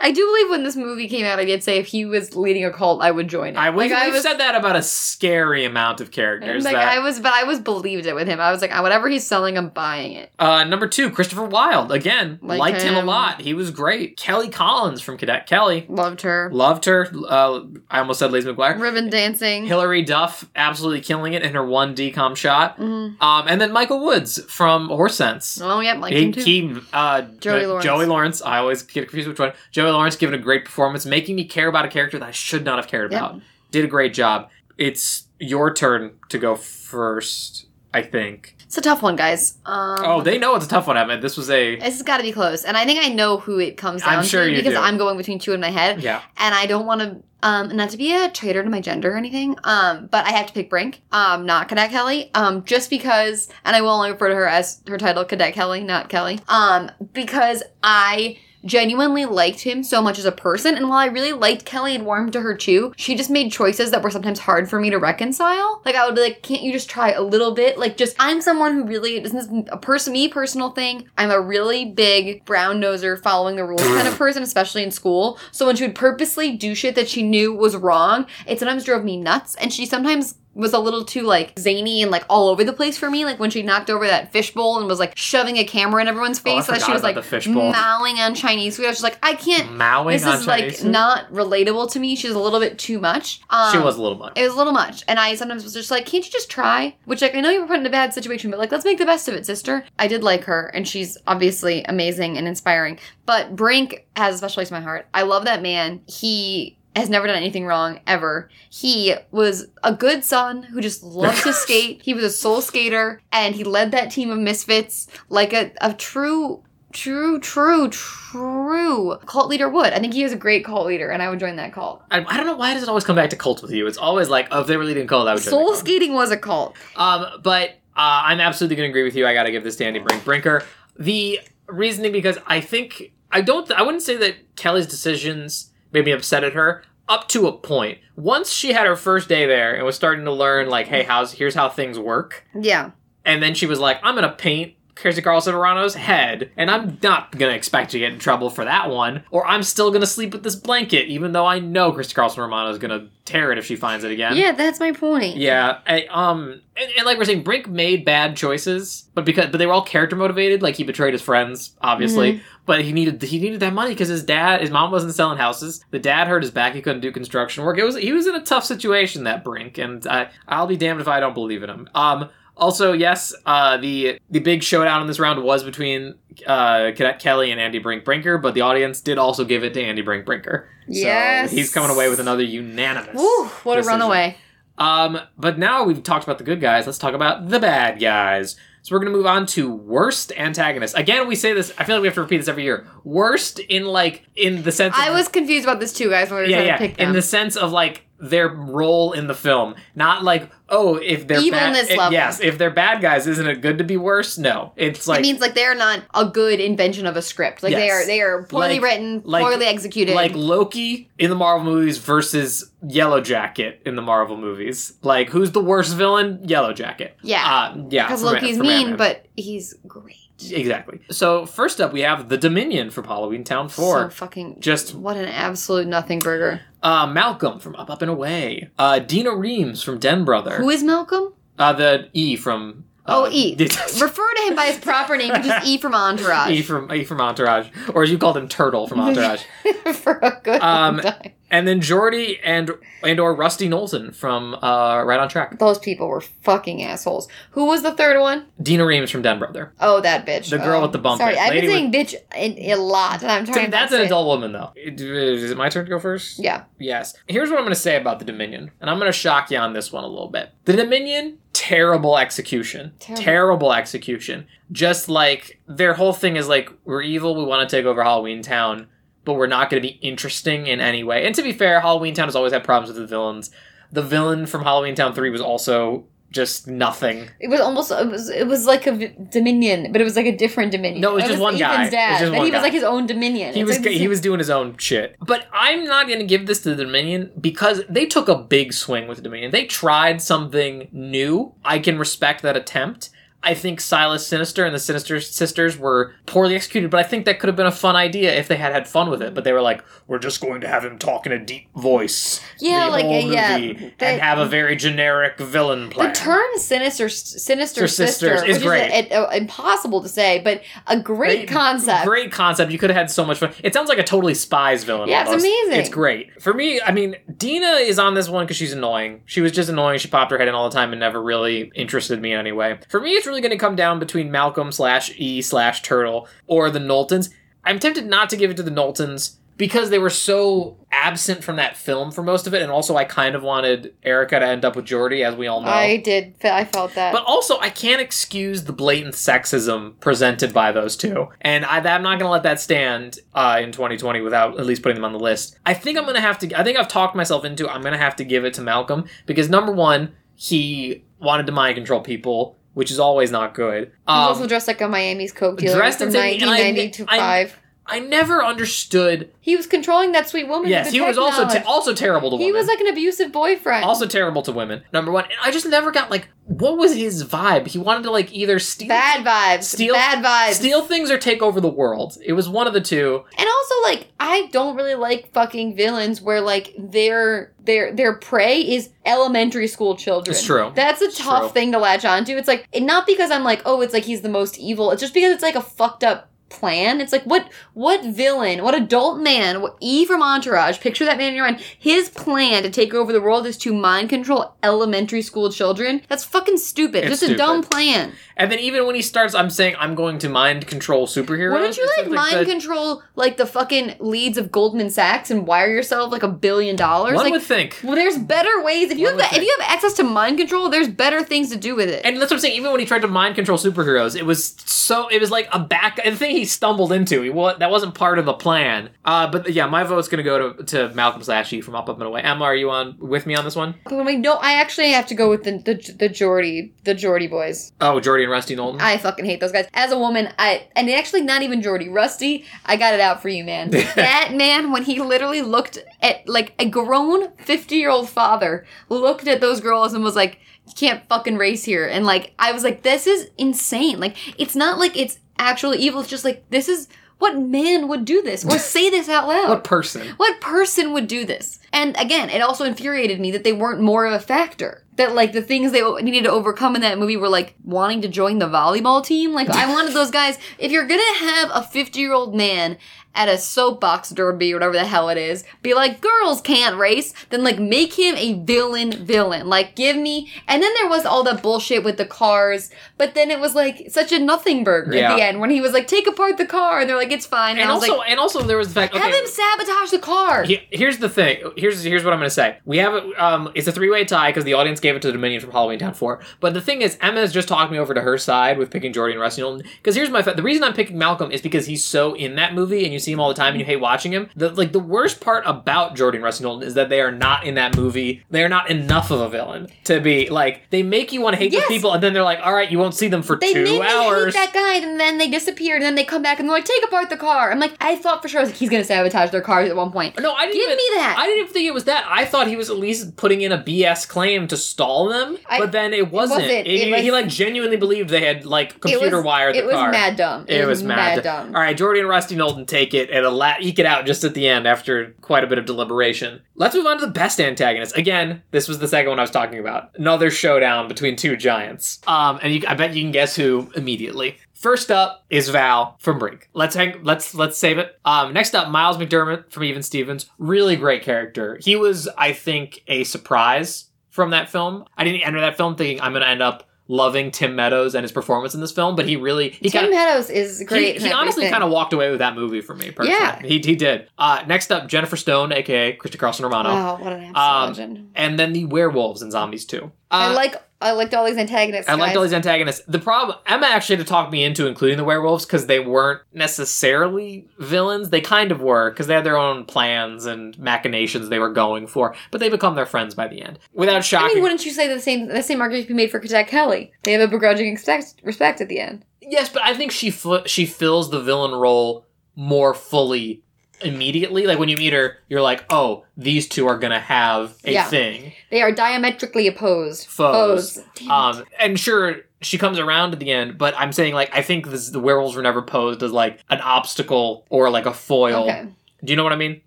B: I do believe when this movie came out, I did say if he was leading a cult, I would join it.
A: I we've,
B: like, I
A: we've
B: was,
A: said that about a scary amount of characters.
B: like,
A: that-
B: I was, but I was believed it with him. I was like, "Ah, whatever he's selling, I'm buying it.
A: Uh, number two, Christopher Wilde. Again,
B: Like
A: liked him. a
B: him.
A: lot. He was great. Kelly Collins from Cadet Kelly.
B: Loved her.
A: Loved her. Uh, I almost said Lizzie McGuire.
B: Ribbon dancing.
A: Hillary Duff absolutely killing it in her one decom shot.
B: Mhm.
A: Um, and then Michael Woods from Horse Sense.
B: Oh yeah, like
A: He,
B: him too.
A: he, uh,
B: Joey
A: uh,
B: Lawrence.
A: Joey Lawrence. I always get confused which one. Joey Lawrence giving a great performance, making me care about a character that I should not have cared
B: Yep.
A: about. Did a great job. It's your turn to go first, I think.
B: It's a tough one, guys. Um,
A: oh, they know it's a tough one, Emmett. This was a
B: This has got to be close, and I think I know who it comes
A: I'm
B: down
A: sure
B: to
A: you
B: because
A: do.
B: I'm going between two in my head,
A: yeah.
B: and I don't want to. Um, not to be a traitor to my gender or anything, um, but I have to pick Brink, um, not Cadet Kelly, um, just because, and I will only refer to her as her title, Cadet Kelly, not Kelly, um, because I genuinely liked him so much as a person, and while I really liked Kelly and warmed to her too, she just made choices that were sometimes hard for me to reconcile. Like I would be like, can't you just try a little bit? Like just I'm someone who really this is a person me personal thing. I'm a really big brown noser following the rules kind of person, especially in school. So when she would purposely do shit that she knew was wrong, it sometimes drove me nuts, and she sometimes was a little too like zany and like all over the place for me. Like when she knocked over that fishbowl and was like shoving a camera in everyone's
A: Oh, I
B: face, that she
A: forgot
B: was
A: about
B: like
A: the fishbowl.
B: mowing on Chinese food. I was just like, I can't.
A: Mowing
B: This
A: on
B: is like
A: Chinese food?
B: not relatable to me. She's a little bit too much. Um,
A: she was a little much.
B: It was a little much, and I sometimes was just like, "Can't you just try?" Which, like, I know you were put in a bad situation, but like, let's make the best of it, sister. I did like her, and she's obviously amazing and inspiring. But Brink has a special place in my heart. I love that man. He has never done anything wrong ever. He was a good son who just loved to skate. He was a soul skater, and he led that team of misfits like a, a true. True, true, true. Cult leader would. I think he is a great cult leader, and I would join that cult.
A: I, I don't know why does it always come back to cults with you. It's always like, oh, if they were leading a cult, I would join the
B: Soul
A: cult.
B: skating was a cult.
A: Um, but uh, I'm absolutely going to agree with you. I got to give this to Andy Brink Brinker. The reasoning because I think I don't. I wouldn't say that Kelly's decisions made me upset at her. Up to a point. Once she had her first day there and was starting to learn, like, hey, how's here's how things work.
B: Yeah.
A: And then she was like, I'm gonna paint Kirsty Carl Silverano's head, and I'm not gonna expect to get in trouble for that one, or I'm still gonna sleep with this blanket, even though I know Kirsty Carl Silverano's gonna tear it if she finds it again.
B: yeah, that's my point.
A: Yeah, I, um, and, and like we're saying, Brink made bad choices, but because but they were all character motivated. Like he betrayed his friends, obviously,
B: Mm-hmm.
A: but he needed he needed that money because his dad, his mom wasn't selling houses. The dad hurt his back; he couldn't do construction work. It was he was in a tough situation that Brink, and I I'll be damned if I don't believe in him. Um. Also, yes, uh, the the big showdown in this round was between uh, Cadet Kelly and Andy Brink Brinker, but the audience did also give it to Andy Brink Brinker.
B: Yes.
A: so he's coming away with another unanimous.
B: Woo, what a
A: decision.
B: runaway.
A: Um, but now we've talked about the good guys, let's talk about the bad guys. So we're gonna move on to worst antagonist. Again, we say this. I feel like we have to repeat this every year. Worst in like in the sense. Of,
B: I was confused about this too, guys, when we were
A: yeah
B: trying
A: yeah
B: to pick
A: in
B: them.
A: the sense of like their role in the film, not like oh if they're
B: Evilness
A: bad, eh,
B: level.
A: Yes, if they're bad guys, isn't it good to be worse? No, it's like
B: it means like they're not a good invention of a script. Like they
A: Yes.
B: are they are poorly
A: Like-
B: written,
A: like-
B: poorly executed.
A: like Loki in the Marvel movies versus Yellow Jacket in the Marvel movies. Like who's the worst villain? Yellow Jacket.
B: yeah.
A: Uh, yeah,
B: Because
A: for Man-
B: Loki's
A: for
B: mean,
A: Man-Man.
B: but he's great.
A: Exactly. So first up, we have the Dominion from Halloween Town
B: So
A: Four.
B: fucking
A: Just
B: what an absolute nothing burger.
A: uh, Malcolm from Up Up and Away. Uh, Dina Reams from Den Brother.
B: Who is Malcolm?
A: uh, the E from.
B: Oh,
A: uh,
B: E. Refer to him by his proper name, which is E from
A: E
B: Entourage.
A: from E from Entourage, or as you called him, Turtle from Entourage,
B: for a good
A: Um,
B: time.
A: and then Jordy and and or Rusty Knowlton from uh, Right on Track.
B: Those people were fucking assholes. Who was the third one?
A: Dina Reams from Den Brother.
B: Oh, that bitch.
A: The girl
B: Oh,
A: with the bump
B: Sorry,
A: it.
B: I've been
A: Lady
B: saying bitch in, a lot, and I'm trying.
A: That's
B: not
A: an
B: to say-
A: adult woman, though. Is it my turn to go first?
B: Yeah.
A: Yes. Here's what I'm going to say about the Dominion, and I'm going to shock you on this one a little bit. The Dominion, terrible execution.
B: Terrible.
A: Terrible, execution. Just like their whole thing is like, we're evil, we want to take over Halloween Town, but we're not going to be interesting in any way. And to be fair, Halloween Town has always had problems with the villains. The villain from Halloween Town 3 was also just nothing.
B: It was almost. It was. It was like a v- Dominion, but it was like a different Dominion.
A: No, it was just one guy. It
B: Ethan's
A: was
B: dad,
A: just
B: but
A: one
B: he was
A: guy.
B: like his own Dominion.
A: He
B: It's
A: was
B: like this-
A: he was doing his own shit. But I'm not going to give this to the Dominion because they took a big swing with the Dominion. They tried something new. I can respect that attempt. I think Silas Sinister and the Sinister Sisters were poorly executed, but I think that could have been a fun idea if they had had fun with it. But they were like, we're just going to have him talk in a deep voice.
B: Yeah,
A: the
B: like,
A: whole
B: yeah,
A: movie
B: that-
A: and have a very generic villain plan.
B: The term "sinister sinister
A: Sister
B: sister"
A: Sisters
B: which
A: is
B: is
A: great.
B: a- a- impossible to say, but a great
A: They-
B: concept.
A: Great concept. You could have had so much fun. It sounds like a totally spies villain.
B: Yeah, it's
A: almost.
B: amazing.
A: It's great. For me, I mean, Dina is on this one because she's annoying. She was just annoying. She popped her head in all the time and never really interested me in any way. For me, it's really going to come down between Malcolm slash E slash Turtle or the Knowltons. I'm tempted not to give it to the Knowltons because they were so absent from that film for most of it, and also I kind of wanted Erica to end up with Jordy, as we all know.
B: I did. fe- I felt that.
A: But also, I can't excuse the blatant sexism presented by those two, and I, I'm not going to let that stand uh, in 2020 without at least putting them on the list. I think I'm going to have to. I think I've talked myself into. I'm going to have to give it to Malcolm because number one, he wanted to mind control people, which is always not good.
B: He was
A: Um,
B: also dressed like a Miami's coke dealer
A: dressed
B: from
A: as a- and I-
B: 1995.
A: I never understood.
B: He was controlling that sweet woman.
A: Yes,
B: with
A: he
B: the
A: was also te-
B: technology.
A: also terrible to
B: he
A: women.
B: was like an abusive boyfriend.
A: also terrible to women. Number one, and I just never got like what was his vibe. He wanted to like either steal
B: bad vibes.
A: Steal-
B: bad vibes.
A: steal things or take over the world. It was one of the two.
B: And also, like, I don't really like fucking villains where like their their their prey is elementary school children.
A: It's true.
B: That's a
A: It's
B: tough
A: true.
B: thing to latch onto. It's like and not because I'm like, oh, it's like he's the most evil. It's just because it's like a fucked up plan. It's like what what villain, what adult man, what E from Entourage, picture that man in your mind. His plan to take over the world is to mind control elementary school children. That's fucking stupid.
A: It's
B: just a dumb
A: stupid.
B: plan.
A: And then even when he starts, I'm saying I'm going to mind control superheroes.
B: Why don't you
A: It's
B: like mind
A: the-
B: control like the fucking leads of Goldman Sachs and wire yourself like a billion dollars?
A: One
B: Like,
A: would think.
B: well, there's better ways. If you
A: One
B: have
A: would
B: the, if
A: think.
B: you have access to mind control, there's better things to do with it.
A: And that's what I'm saying. Even when he tried to mind control superheroes, it was so it was like a back the thing he stumbled into. He wa- that wasn't part of the plan. Uh, but yeah, my vote's gonna go to, to Malcolm slash E from Up Up and Away. Emma, are you on with me on this one?
B: But wait, no, I actually have to go with the the, the Jordy the Jordy boys.
A: Oh, Jordy and Rusty Knowlton.
B: I fucking hate those guys. As a woman, I and actually not even Jordy, Rusty. I got it out for you, man. that man, when he literally looked at like a grown fifty year old father, looked at those girls and was like, "You can't fucking race here." And like, I was like, "This is insane." Like, it's not like it's actually evil. It's just like this is what man would do this or say this out loud.
A: what person?
B: What person would do this? And again, it also infuriated me that they weren't more of a factor. That like the things they needed to overcome in that movie were like wanting to join the volleyball team. Like I wanted those guys. If you're gonna have a 50 year old man at a soapbox derby or whatever the hell it is, be like girls can't race. Then like make him a villain, villain. Like give me. And then there was all that bullshit with the cars. But then it was like such a nothing burger at
A: Yeah.
B: the end when he was like take apart the car and they're like it's fine. And,
A: And
B: I was
A: also,
B: like,
A: and also, there was the fact.
B: have
A: okay,
B: him sabotage the car.
A: He- here's the thing. Here's here's what I'm gonna say. We have a, um, it's a three way tie because the audience gave it to the Dominion from Halloween Town Four. But the thing is, Emma has just talked me over to her side with picking Jordy and Rusty Knowlton. Because here's my fa- the reason I'm picking Malcolm is because he's so in that movie and you see him all the time and you hate watching him. The like the worst part about Jordy and Rusty Knowlton is that they are not in that movie. They are not enough of a villain to be like they make you want to hate
B: Yes.
A: the people and then they're like, all right, you won't see them for
B: They
A: two
B: made me hate
A: hours.
B: that guy, and then they disappeared, and then they come back and they're like, take apart the car. I'm like, I thought for sure I was like, he's gonna sabotage their cars at one point.
A: No, I didn't
B: Give
A: even,
B: me that.
A: I didn't even think it was that. I thought he was at least putting in a BS claim to stall them,
B: I-
A: but then it wasn't. It-
B: wasn't. It was-
A: he like genuinely believed they had like computer
B: it was,
A: wired the
B: It was
A: car.
B: mad dumb.
A: It, was mad. All right, Jordy and Rusty Knowlton take it and ala- eke it out just at the end after quite a bit of deliberation. Let's move on to the best antagonist. Again, this was the second one I was talking about. Another showdown between two giants. Um, and you, I bet you can guess who immediately. First up is Val from Brink. Let's hang. Let's let's save it. Um, next up, Miles McDermott from Even Stevens. Really great character. He was, I think, a surprise from that film. I didn't enter that film thinking I'm going to end up loving Tim Meadows and his performance in this film, but he really he
B: Tim
A: kind of
B: Meadows is great.
A: he, he honestly kind of walked away with that movie for me. Personally.
B: Yeah.
A: he, he did. Uh, next up, Jennifer Stone, aka Krista Carlson Romano,
B: Wow, Oh, what an absolute
A: Um,
B: legend.
A: and then the werewolves and zombies too. Uh,
B: I like I liked all these antagonists.
A: I liked
B: guys.
A: all these antagonists. The problem Emma actually had to talk me into including the werewolves because they weren't necessarily villains. They kind of were because they had their own plans and machinations they were going for, but they become their friends by the end. Without
B: I
A: shocking,
B: mean, wouldn't you say the same the same argument could be made for Cadet Kelly? They have a begrudging expect, respect at the end.
A: Yes, but I think she fl- she fills the villain role more fully immediately. Like when you meet her, you're like, "Oh, these two are gonna have a
B: Yeah.
A: thing."
B: They are diametrically opposed.
A: Foes.
B: Damn it.
A: Um, and sure, she comes around at the end, but I'm saying like I think this, the werewolves were never posed as like an obstacle or like a foil.
B: Okay.
A: Do you know what I mean?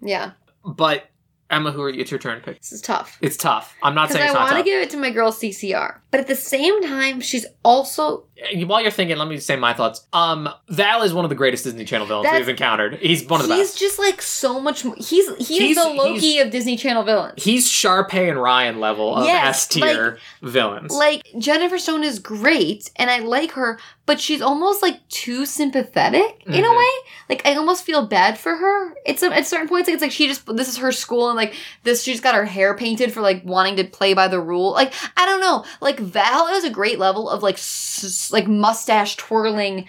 B: Yeah.
A: But Emma, who are you? It's your turn to pick.
B: This is tough.
A: It's tough. I'm not
B: Because
A: saying
B: I
A: it's not
B: want to
A: tough.
B: give it to my girl CCR. But at the same time, she's also.
A: While you're thinking, let me say my thoughts. Um, Val is one of the greatest Disney Channel villains
B: That's-
A: we've encountered. He's one of the
B: he's
A: best.
B: just like so much. More, he's he
A: He's-
B: is the Loki of Disney Channel villains.
A: He's Sharpay and Ryan level of S
B: Yes,
A: tier villains.
B: Like Jennifer Stone is great, and I like her, but she's almost like too sympathetic in a
A: Mhm.
B: way. Like I almost feel bad for her. It's a, at certain points, like it's like she just this is her school, and like this she's got her hair painted for like wanting to play by the rule. Like I don't know. Like Val is a great level of like s- like mustache twirling,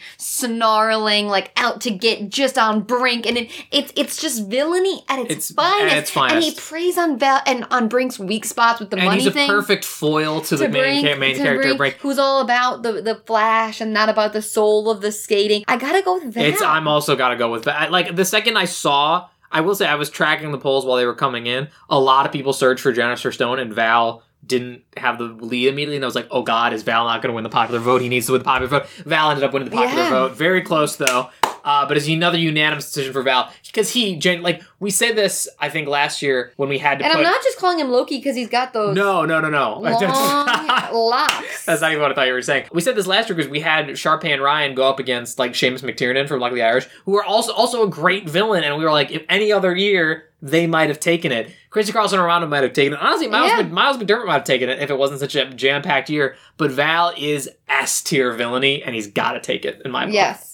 B: snarling, like out to get, just on brink, and it, it's it's just villainy at its,
A: It's- at
B: finest.
A: its finest.
B: And he preys on Val and on Brink's weak spots with the
A: and
B: money
A: he's a
B: thing
A: perfect foil to, the main,
B: Brink-
A: ca- main
B: to
A: character. Brink.
B: who's all about the the flash and not about the soul of the skating. I gotta go with that.
A: It's I'm also gotta go with that. Like the second I saw, I will say I was tracking the polls while they were coming in. A lot of people searched for Jennifer Stone, and Val didn't have the lead immediately. And I was like, oh god, is Val not gonna win the popular vote? He needs to win the popular vote. Val ended up winning the popular
B: Yeah.
A: vote, very close though. Uh, but it's another unanimous decision for Val because he, gen- like we said this, I think last year when we had to
B: and
A: put
B: I'm not just calling him Loki because he's got those
A: no, no, no, no.
B: long locks.
A: That's not even what I thought you were saying. We said this last year because we had Sharpay and Ryan go up against like Seamus McTiernan from Luckily Irish, who are also also a great villain, and we were like, if any other year, they might have taken it. Crazy Carlson and Rondo might have taken it. Honestly, Miles,
B: Yeah.
A: Mc- Miles McDermott might have taken it if it wasn't such a jam packed year. But Val is S tier villainy, and he's got to take it in my book.
B: yes.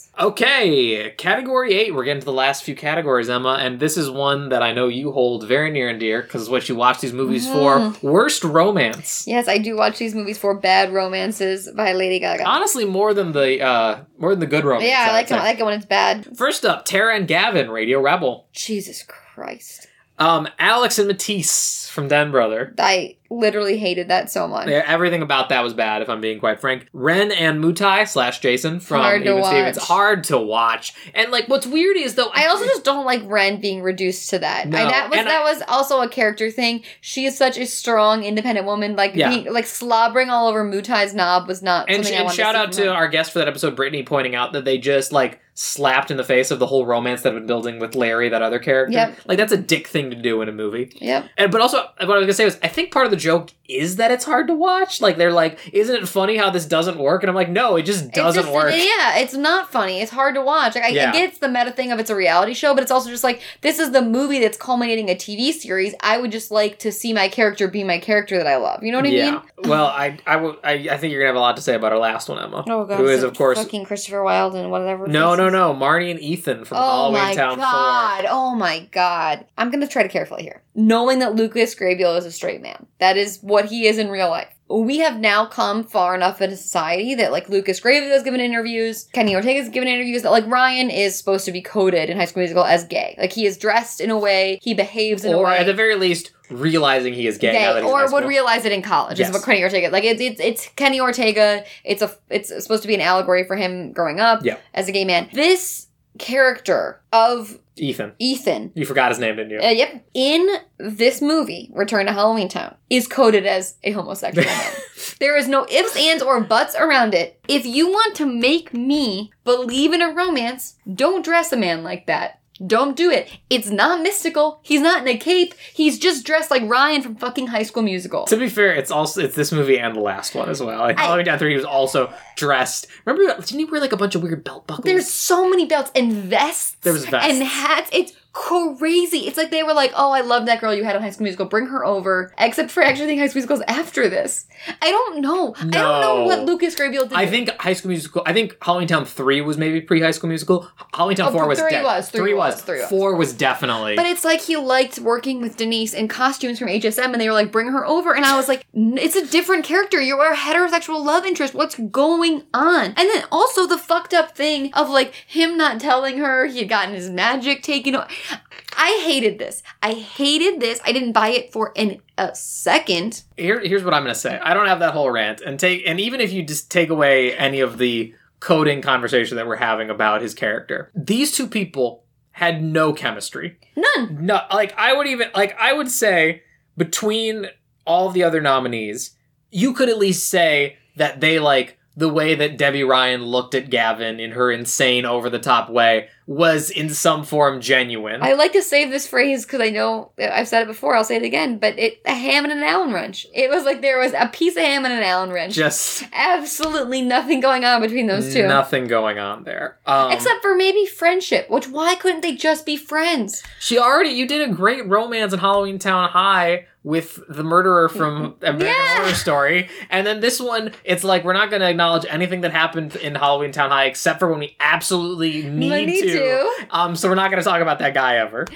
A: Okay, category eight. We're getting to the last few categories, Emma, and this is one that I know you hold very near and dear because what you watch these movies
B: Mm.
A: for. Worst romance.
B: Yes, I do watch these movies for Bad Romances by Lady Gaga.
A: Honestly, more than the uh more than the good romance.
B: yeah, I
A: would
B: like it.
A: say.
B: I like it when it's bad.
A: First up, Tara and Gavin, Radio Rebel.
B: Jesus Christ.
A: Um, Alex and Matisse from Den Brother.
B: I literally hated that so much.
A: Yeah, Everything about that was bad, if I'm being quite frank. Ren and Mutai slash Jason from
B: Hard to
A: Even Stevens.
B: watch.
A: Hard to watch. And like, what's weird is though,
B: I also just don't like Ren being reduced to that.
A: No,
B: I, that was
A: and
B: that was also a character thing. She is such a strong, independent woman. Like
A: Yeah.
B: being, like slobbering all over Mutai's knob was not.
A: and,
B: something I
A: and
B: wanted
A: shout
B: to see
A: out
B: from
A: to
B: her.
A: our guest for that episode, Brittany, pointing out that they just like slapped in the face of the whole romance that had been building with Larry, that other character.
B: Yep.
A: Like that's a dick thing to do in a movie.
B: Yep.
A: And but also, what I was gonna say was, I think part of the joke is that it's hard to watch. Like they're like, "Isn't it funny how this doesn't work?" And I'm like, "No, it just
B: It's
A: doesn't
B: just-
A: work."
B: Yeah, it's not funny. It's hard to watch. Like I,
A: Yeah.
B: I get it's the meta thing of it's a reality show, but it's also just like this is the movie that's culminating a TV series. I would just like to see my character be my character that I love. You know what I mean?
A: well, I I, will, I I think you're gonna have a lot to say about our last one, Emma.
B: Oh god.
A: Who is of course
B: fucking Christopher Wilde and whatever.
A: no
B: his
A: no
B: name
A: no Marnie and Ethan from
B: Oh
A: Halloween
B: my
A: Town
B: god. Oh my god. I'm going to try to carefully here. Knowing that Lucas Grabeel is a straight man. That is what he is in real life. We have now come far enough in society that like Lucas Grabeel has given interviews, Kenny Ortega's given interviews that like Ryan is supposed to be coded in High School Musical as gay. Like he is dressed in a way, he behaves
A: 4,
B: in a
A: or
B: way
A: at the very least realizing he is gay, now that
B: gay,
A: he's in
B: or
A: high
B: would
A: school.
B: realize it in college.
A: Yes.
B: Is what Kenny Ortega like? It's, it's it's Kenny Ortega. It's a it's supposed to be an allegory for him growing up
A: Yeah.
B: as a gay man. This character of
A: Ethan.
B: Ethan.
A: You forgot his name, didn't you?
B: Uh, yep. In this movie, Return to Halloween Town is coded as a homosexual man. There is no ifs, ands, or buts around it. If you want to make me believe in a romance, don't dress a man like that. Don't do it. It's not mystical. He's not in a cape. He's just dressed like Ryan from fucking High School Musical.
A: To be fair, it's also it's this movie and the last one as well. Like,
B: I-
A: Halloween Town three, he was also dressed. Remember, didn't he wear like a bunch of weird belt buckles?
B: There's so many belts and vests.
A: There was vests.
B: and hats. It's crazy. It's like they were like, "Oh, I love that girl you had on High School Musical. Bring her over." Except for I actually think High School Musical's after this. I don't know. I don't
A: No.
B: know what Lucas Grabeel did.
A: I think High School Musical. I think Halloween Town three was maybe pre High School Musical. Halloween Town
B: Oh,
A: four was
B: three
A: de-
B: was, three was,
A: three
B: three was.
A: four was definitely.
B: But it's like he liked working with Denise in costumes from HSM, and they were like, "Bring her over," and I was like, "N- "It's a different character. You are a heterosexual love interest. What's going on?" And then also the fucked up thing of like him not telling her he had gotten his magic taken. o- I hated this. I hated this. I didn't buy it for an, a second.
A: Here, here's what I'm gonna say. I don't have that whole rant, and take and even if you just take away any of the coding conversation that we're having about his character, these two people had no chemistry.
B: None.
A: No, like I would even like I would say between all the other nominees, you could at least say that they like the way that Debbie Ryan looked at Gavin in her insane, over the top way was in some form genuine.
B: I like to save this phrase because I know uh, I've said it before. I'll say it again. But it a ham and an Allen wrench. It was like there was a piece of ham and an Allen wrench.
A: Just
B: Absolutely nothing going on between those two.
A: nothing going on there. Um,
B: Except for maybe friendship, which why couldn't they just be friends?
A: she already you did a great romance in Halloween Town High with the murderer from American
B: Yeah.
A: Horror Story, and then this one, it's like we're not going to acknowledge anything that happened in Halloween Town High except for when we absolutely
B: We
A: need, to. Um, so we're not going to talk about that guy ever.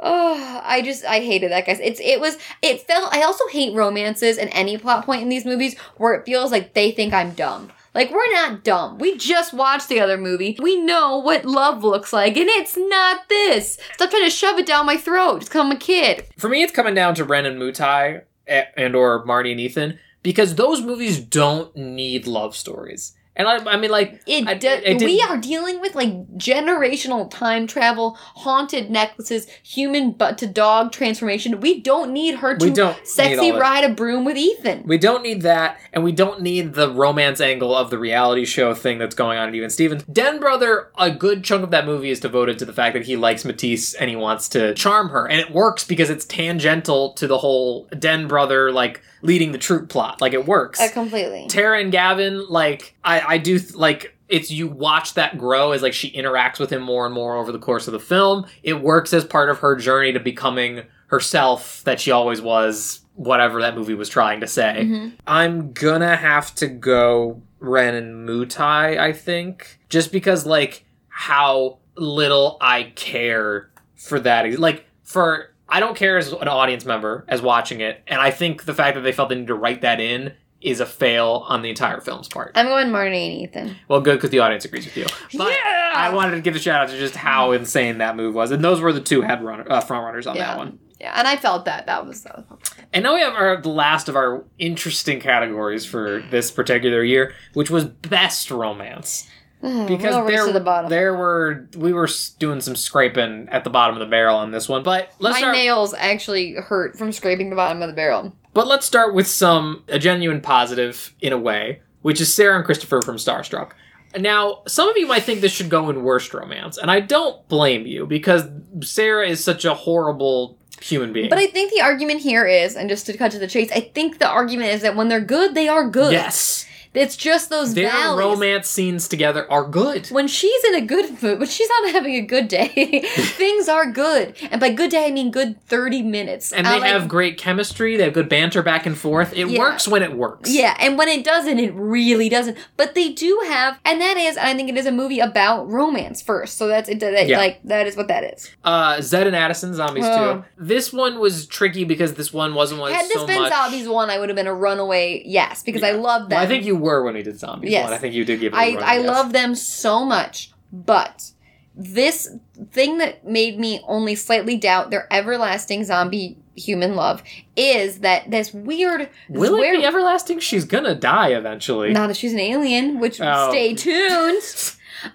B: Oh, I just I hated that guys. It's it was it felt I also hate romances and any plot point in these movies where it feels like they think I'm dumb. Like we're not dumb. We just watched the other movie. We know what love looks like, and it's not this. Stop trying to shove it down my throat. Just 'cause I'm a kid.
A: For me, it's coming down to Ren and Mutai a- and or Marty and Ethan because those movies don't need love stories. And I, I mean, like,
B: It,
A: I-
B: do-
A: I didn't-
B: we are dealing with like generational time travel, haunted necklaces, human butt to dog transformation. We don't need her to
A: we don't need all
B: sexy
A: that.
B: ride a broom with Ethan.
A: We don't need that, and we don't need the romance angle of the reality show thing that's going on at Even Stevens. Den Brother, a good chunk of that movie is devoted to the fact that he likes Matisse and he wants to charm her, and it works because it's tangential to the whole Den Brother like leading the troop plot. Like it works.
B: Uh, completely.
A: Tara and Gavin, like I, I do th- like it's you watch that grow as like she interacts with him more and more over the course of the film. It works as part of her journey to becoming herself that she always was, whatever that movie was trying to say.
B: Mhm.
A: I'm gonna have to go Ren and Mutai, I think. Just because like how little I care for that. Like for I don't care as an audience member as watching it, and I think the fact that they felt the need to write that in is a fail on the entire film's part.
B: I'm going Marty and Ethan.
A: Well, good because the audience agrees with you. But
B: yeah,
A: I wanted to give a shout out to just how insane that move was, and those were the two head runner uh, front runners on
B: Yeah.
A: that one.
B: yeah, and I felt that that was that was-
A: And now we have our the last of our interesting categories for this particular year, which was best romance.
B: Ugh,
A: Because
B: real race
A: there,
B: to the bottom.
A: there were we were s- doing some scraping at the bottom of the barrel on this one, but let's
B: My
A: start.
B: nails actually hurt from scraping the bottom of the barrel.
A: but let's start with some a genuine positive in a way, which is Sarah and Christopher from Starstruck. Now, some of you might think this should go in worst romance, and I don't blame you because Sarah is such a horrible human being.
B: But I think the argument here is, and just to cut to the chase, I think the argument is that when they're good, they are good.
A: yes,
B: it's just those
A: their
B: valleys.
A: romance scenes together are good.
B: When she's in a good mood, when she's not having a good day, things are good. And by good day, I mean good thirty minutes.
A: And
B: I
A: they
B: like-
A: have great chemistry. They have good banter back and forth. It
B: Yeah.
A: works when it works.
B: Yeah, and when it doesn't, it really doesn't. But they do have, and that is, and I think it is a movie about romance first. So that's it. That,
A: Yeah.
B: Like that is what that is.
A: Uh, Zed and Addison, Zombies
B: Oh.
A: 2. This one was tricky because this one wasn't one
B: Had this
A: so
B: been
A: much.
B: Zombies One, I would have been a runaway yes because I
A: Yeah.
B: love them.
A: Well, I think you were when we did Zombies
B: Yes.
A: 1. I think you did give it a
B: I,
A: run,
B: I
A: yes.
B: love them so much, but this thing that made me only slightly doubt their everlasting zombie human love is that this weird
A: Will it
B: where-
A: be everlasting? She's gonna die eventually.
B: now that she's an alien, which
A: Oh.
B: stay tuned.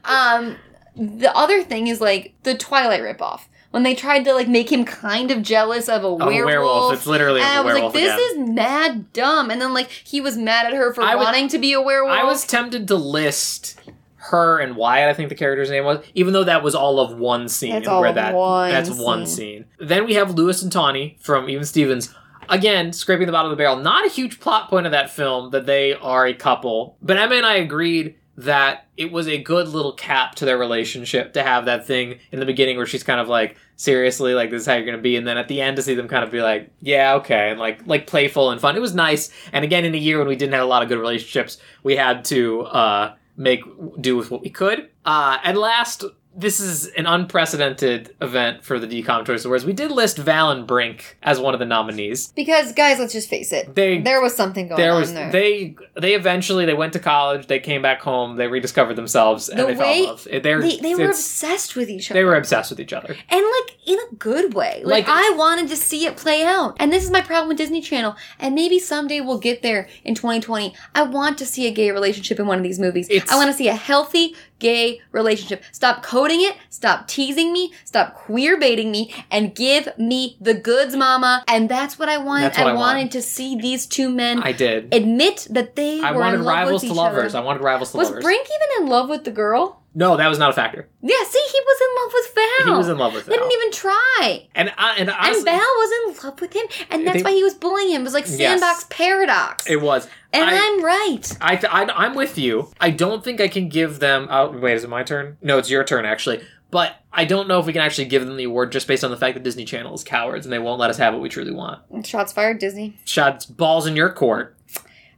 B: Um, the other thing is like the Twilight ripoff when they tried to like make him kind of jealous of a,
A: A werewolf. It's literally
B: and I
A: a
B: was
A: werewolf
B: like, this
A: again.
B: is mad dumb. And then like he was mad at her for
A: I was-
B: wanting to be a werewolf.
A: I was tempted to list her and Wyatt, I think the character's name was, even though that was all of one scene.
B: That's all
A: where
B: of
A: that,
B: one
A: That's one scene. Then we have Lewis and Tawny from Even Stevens. Again, scraping the bottom of the barrel. Not a huge plot point of that film that they are a couple. But Emma and I agreed that it was a good little cap to their relationship to have that thing in the beginning where she's kind of like, seriously, like this is how you're gonna be, and then at the end to see them kind of be like, yeah, okay, and like like playful and fun. It was nice. And again, in a year when we didn't have a lot of good relationships, we had to uh, make do with what we could. Uh, and last, this is an unprecedented event for the DCOM Choice Awards. We did list Val and Brink as one of the nominees.
B: because guys, let's just face it,
A: They
B: there was something going
A: there
B: on
A: was
B: there.
A: they they eventually they went to college, they came back home, they rediscovered themselves, and
B: The
A: they fell in
B: way-
A: love. They're,
B: they, they were
A: it's-
B: obsessed with each other
A: they were obsessed with each other.
B: and like in a good way like,
A: Like-
B: i wanted to see it play out and this is my problem with disney channel and maybe someday we'll get there in 2020 i want to see a gay relationship in one of these movies
A: It's-
B: i want to see a healthy gay relationship. Stop coding it, stop teasing me, stop queer baiting me, and give me the goods, mama. And that's what I want.
A: That's
B: I,
A: what I want.
B: wanted to see these two men
A: I did.
B: admit that they
A: I
B: were
A: wanted
B: in love
A: rivals
B: with
A: to
B: each
A: lovers.
B: Other.
A: I wanted rivals to
B: Was
A: lovers.
B: Brink even in love with the girl?
A: no, that was not a factor.
B: Yeah, see, he was in love with
A: He
B: Val.
A: was in love with
B: They didn't
A: Val.
B: even try.
A: And I, and honestly,
B: and Val was in love with him, and that's
A: They-
B: why he was bullying him. It was like
A: Yes.
B: sandbox paradox.
A: it was.
B: and
A: I-
B: I, am right.
A: I, th- I I'm with you. I don't think I can give them. Oh, wait, is it my turn? No, it's your turn actually. But I don't know if we can actually give them the award just based on the fact that Disney Channel is cowards and they won't let us have what we truly want.
B: Shots fired, Disney.
A: Shots balls in your court.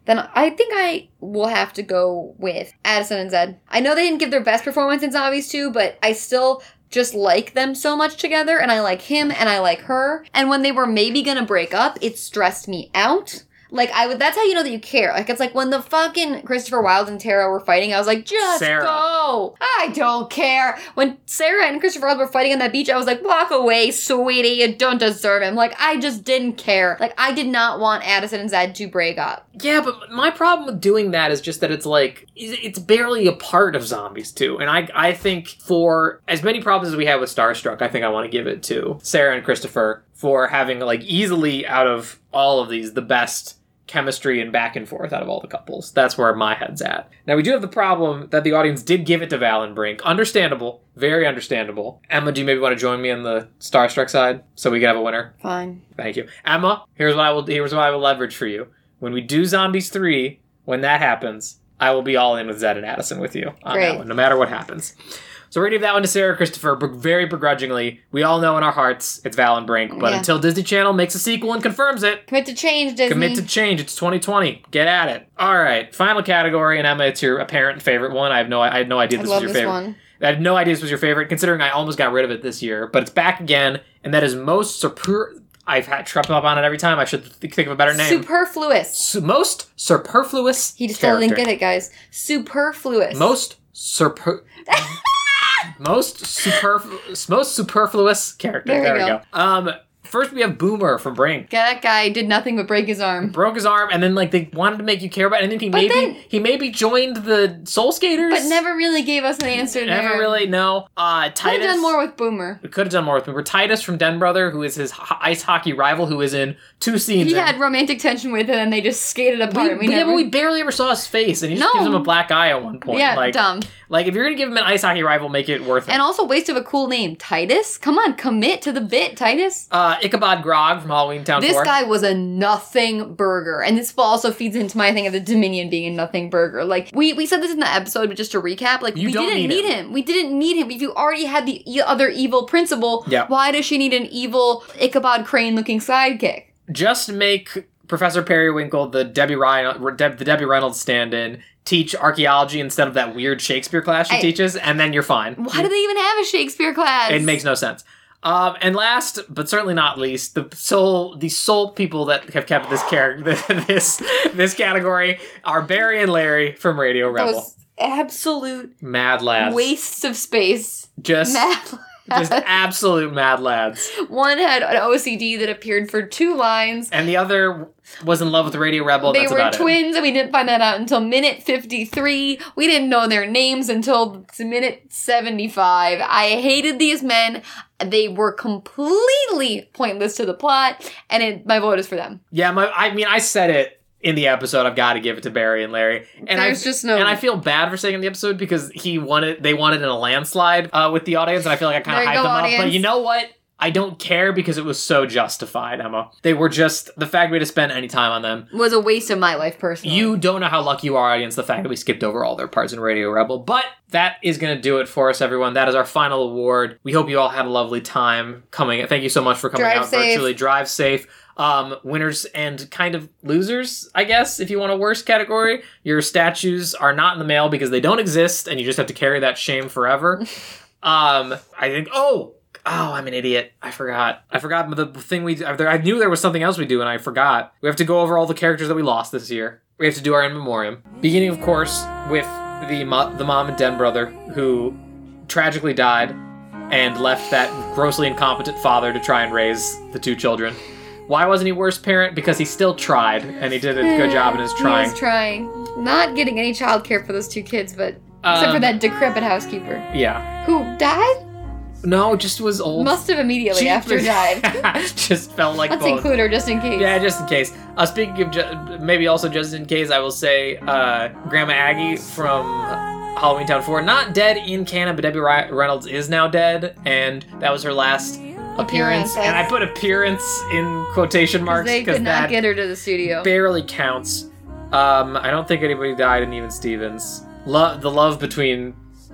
B: Then I think I will have to go with Addison and Zed. I know they didn't give their best performance in Zombies 2, but I still just like them so much together, and I like him and I like her. And when they were maybe gonna break up, it stressed me out. Like I would, that's how you know that you care. Like it's like when the fucking Christopher Wilde and Tara were fighting, I was like, just
A: Sarah.
B: go. I don't care. When Sarah and Christopher Wilde were fighting on that beach, I was like, walk away, sweetie. You don't deserve him. Like I just didn't care. Like I did not want Addison and Zed to break up.
A: Yeah, but my problem with doing that is just that it's like it- it's barely a part of Zombies too. And I I think for as many problems as we had with Starstruck, I think I want to give it to Sarah and Christopher for having like easily out of all of these the best chemistry and back and forth out of all the couples. That's where my head's at. Now we do have the problem that the audience did give it to Val and Brink. Understandable, very understandable. Emma, do you maybe want to join me on the Starstruck side so we can have a winner?
B: Fine.
A: Thank you, Emma. Here's what I will. Here's what I will leverage for you. When we do Zombies Three, when that happens, I will be all in with Zed and Addison with you on that
B: Great.
A: one, no matter what happens. So we're gonna give that one to Sarah Christopher, but very begrudgingly. We all know in our hearts it's Val and Brink, but
B: Yeah.
A: until Disney Channel makes a sequel and confirms it,
B: Commit to change, Disney.
A: commit to change. It's 2020. Get at it. All right, final category, and Emma, it's your apparent favorite one. I have no, I had no idea this
B: I
A: was
B: love
A: your
B: this
A: favorite.
B: one.
A: I have no idea this was your favorite, considering I almost got rid of it this year, but it's back again, and that is most super. I've had tripped up on it every time. I should th- think of a better name.
B: Superfluous.
A: Su- most superfluous.
B: He just still
A: character.
B: didn't get it, guys. Superfluous.
A: Most super. most super. Most superfluous character.
B: There
A: There,
B: we
A: we go. Um, first we have Boomer from Brink.
B: that guy did nothing but break his arm.
A: Broke his arm, and then like they wanted to make you care about, it, and then he
B: But
A: maybe
B: then-
A: he maybe joined the Soul Skaters,
B: But never really gave us an answer there.
A: never really no. Uh,
B: Could have
A: Titus
B: done more with Boomer.
A: We could have done more with him. We're Titus from Den Brother, who is his ho- ice hockey rival, who is in two scenes.
B: He
A: and-
B: had romantic tension with it, and they just skated
A: we,
B: apart. We,
A: yeah,
B: never.
A: but we barely ever saw his face, and he just
B: No.
A: gives him a black eye at one point.
B: yeah,
A: like,
B: dumb.
A: like if you're gonna give him an ice hockey rival, make it worth it.
B: And also waste of a cool name, Titus. Come on, commit to the bit, Titus.
A: uh, Ichabod Grog from Halloween Town
B: This
A: Four.
B: guy was a nothing burger, and this also feeds into my thing of the Dominion being a nothing burger. Like we we said this in the episode, but just to recap, like
A: You
B: we
A: don't
B: didn't
A: need
B: need him. We didn't need him. If you already had the e- other evil principal,
A: Yeah.
B: why does she need an evil Ichabod Crane looking sidekick?
A: just make Professor Periwinkle the Debbie Ryan, Deb, the Debbie Reynolds stand-in. Teach archaeology instead of that weird Shakespeare class she
B: I-
A: teaches, and then you're fine.
B: Why do they even have a Shakespeare class?
A: Mm. It makes no sense. Um, and last, but certainly not least, the sole the sole people that have kept this character this this category are Barry and Larry from Radio Rebel.
B: those absolute
A: mad lads,
B: wastes of space.
A: just
B: Math.
A: just absolute mad lads.
B: One had an OCD that appeared for two lines.
A: And the other was in love with Radio Rebel. and
B: they
A: that's
B: were
A: about it.
B: twins, and we didn't find that out until minute 53. We didn't know their names until minute 75. I hated these men. They were completely pointless to the plot, and it, my vote is for them.
A: Yeah, my, I mean, I said it in the episode. I've got to give it to Barry and Larry. And I,
B: There's just no-
A: And I feel bad for saying in the episode because he wanted they wanted in a landslide uh, with the audience, and I feel like I kind
B: There
A: of
B: you
A: hyped
B: go,
A: them up. But
B: audience.
A: you know what? I don't care because it was so justified, Emma. They were just the fact we had to spend any time on them.
B: was a waste of my life, personally.
A: You don't know how lucky you are, audience, the fact that we skipped over all their parts in Radio Rebel. But that is going to do it for us, everyone. That is our final award. We hope you all had a lovely time coming. Thank you so much for coming
B: Drive
A: out
B: safe.
A: virtually. Drive safe. Um, winners and kind of losers, I guess, if you want a worst category. Your statues are not in the mail because they don't exist and you just have to carry that shame forever. um, I think, oh, Oh, I'm an idiot. I forgot. I forgot the thing we. I knew there was something else we do, and I forgot. We have to go over all the characters that we lost this year. We have to do our in memoriam. Beginning, of course, with the mo- the mom and Den brother who tragically died and left that grossly incompetent father to try and raise the two children. Why wasn't he worse parent? Because he still tried, and he did a good job in his
B: He
A: trying.
B: was trying. Not getting any childcare for those two kids, but Except for
A: Um,
B: that decrepit housekeeper
A: Yeah.
B: who died.
A: No, just was old.
B: Must have immediately after died.
A: just felt like
B: Let's
A: both.
B: include her just in case.
A: Yeah, just in case. Uh, speaking of, ju- maybe also just in case, I will say uh, Grandma Aggie from Halloween Town 4, not dead in canon, but Debbie Ry- Reynolds is now dead, and that was her last appearance.
B: Appearance,
A: And I
B: yes.
A: put appearance in quotation
B: 'Cause
A: marks
B: they
A: because
B: could not
A: that
B: get her to the studio.
A: barely counts. Um, I don't think anybody died in Even Stevens. Lo- the love between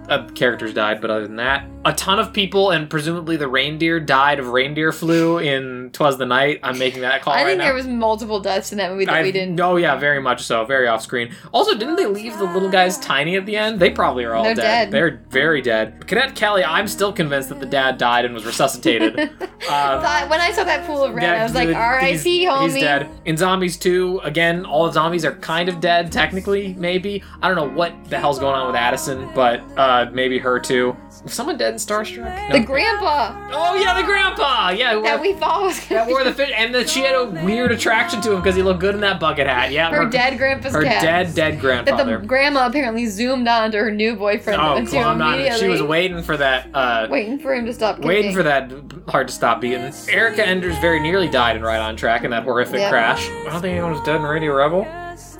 A: uh, characters died, but other than that, a ton of people and presumably the reindeer died of reindeer flu in Twas the Night. I'm making that call
B: I
A: right
B: think
A: now.
B: there was multiple deaths in that movie that
A: I-
B: we didn't.
A: Oh yeah, very much so. Very off screen. Also, didn't they leave the little guys tiny at the end? They probably are all
B: They're dead.
A: They're very dead. Cadet Kelly, I'm still convinced that the dad died and was resuscitated. Uh,
B: Thought- when I saw that pool of red, I was like,
A: dude,
B: "R.I.P.
A: he's-
B: homie."
A: He's dead. In Zombies 2, again, all the zombies are kind of dead, technically, maybe. I don't know what the hell's going on with Addison, but uh, maybe her too. Was someone dead in Starstruck?
B: The
A: No.
B: grandpa
A: oh, yeah, the grandpa! Yeah, who
B: that
A: wore-
B: we thought was gonna
A: that wore
B: be
A: the fish, and that she had a weird attraction to him because he looked good in that bucket hat. Yeah,
B: her dead grandpa's
A: her
B: cat.
A: dead, dead
B: that the
A: grandfather.
B: grandma apparently zoomed on to her new boyfriend
A: oh,
B: and
A: glommed on it.
B: immediately
A: She was waiting for that. Uh,
B: waiting for him to stop kicking.
A: Waiting for that hard to stop beating. Erica Enders very nearly died in Right on Track in that horrific
B: Yep.
A: crash. I don't think anyone was dead in Radio Rebel.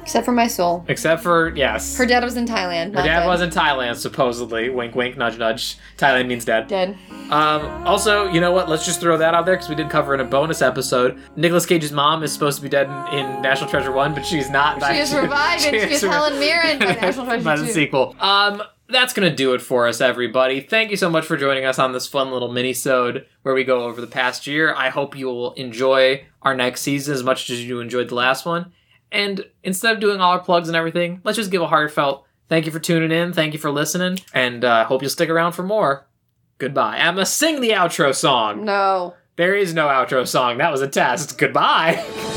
B: Except for my soul.
A: Except for, yes.
B: Her dad was in Thailand.
A: Her
B: not
A: dad
B: dead.
A: was in Thailand, supposedly. Wink, wink, nudge, nudge. Thailand means dead.
B: dead.
A: Um, also, you know what? Let's just throw that out there because we did cover in a bonus episode. Nicolas Cage's mom is supposed to be dead in, in National Treasure 1, but she's not.
B: She is revived and she is
A: re-
B: Helen Mirren by National Treasure
A: By the
B: 2.
A: sequel. Um, that's going to do it for us, everybody. Thank you so much for joining us on this fun little mini-sode where we go over the past year. I hope you will enjoy our next season as much as you enjoyed the last one. And instead of doing all our plugs and everything, let's just give a heartfelt thank you for tuning in. Thank you for listening. And uh, hope you'll stick around for more. Goodbye. Emma, sing the outro song.
B: No.
A: There is no outro song. That was a test. Goodbye.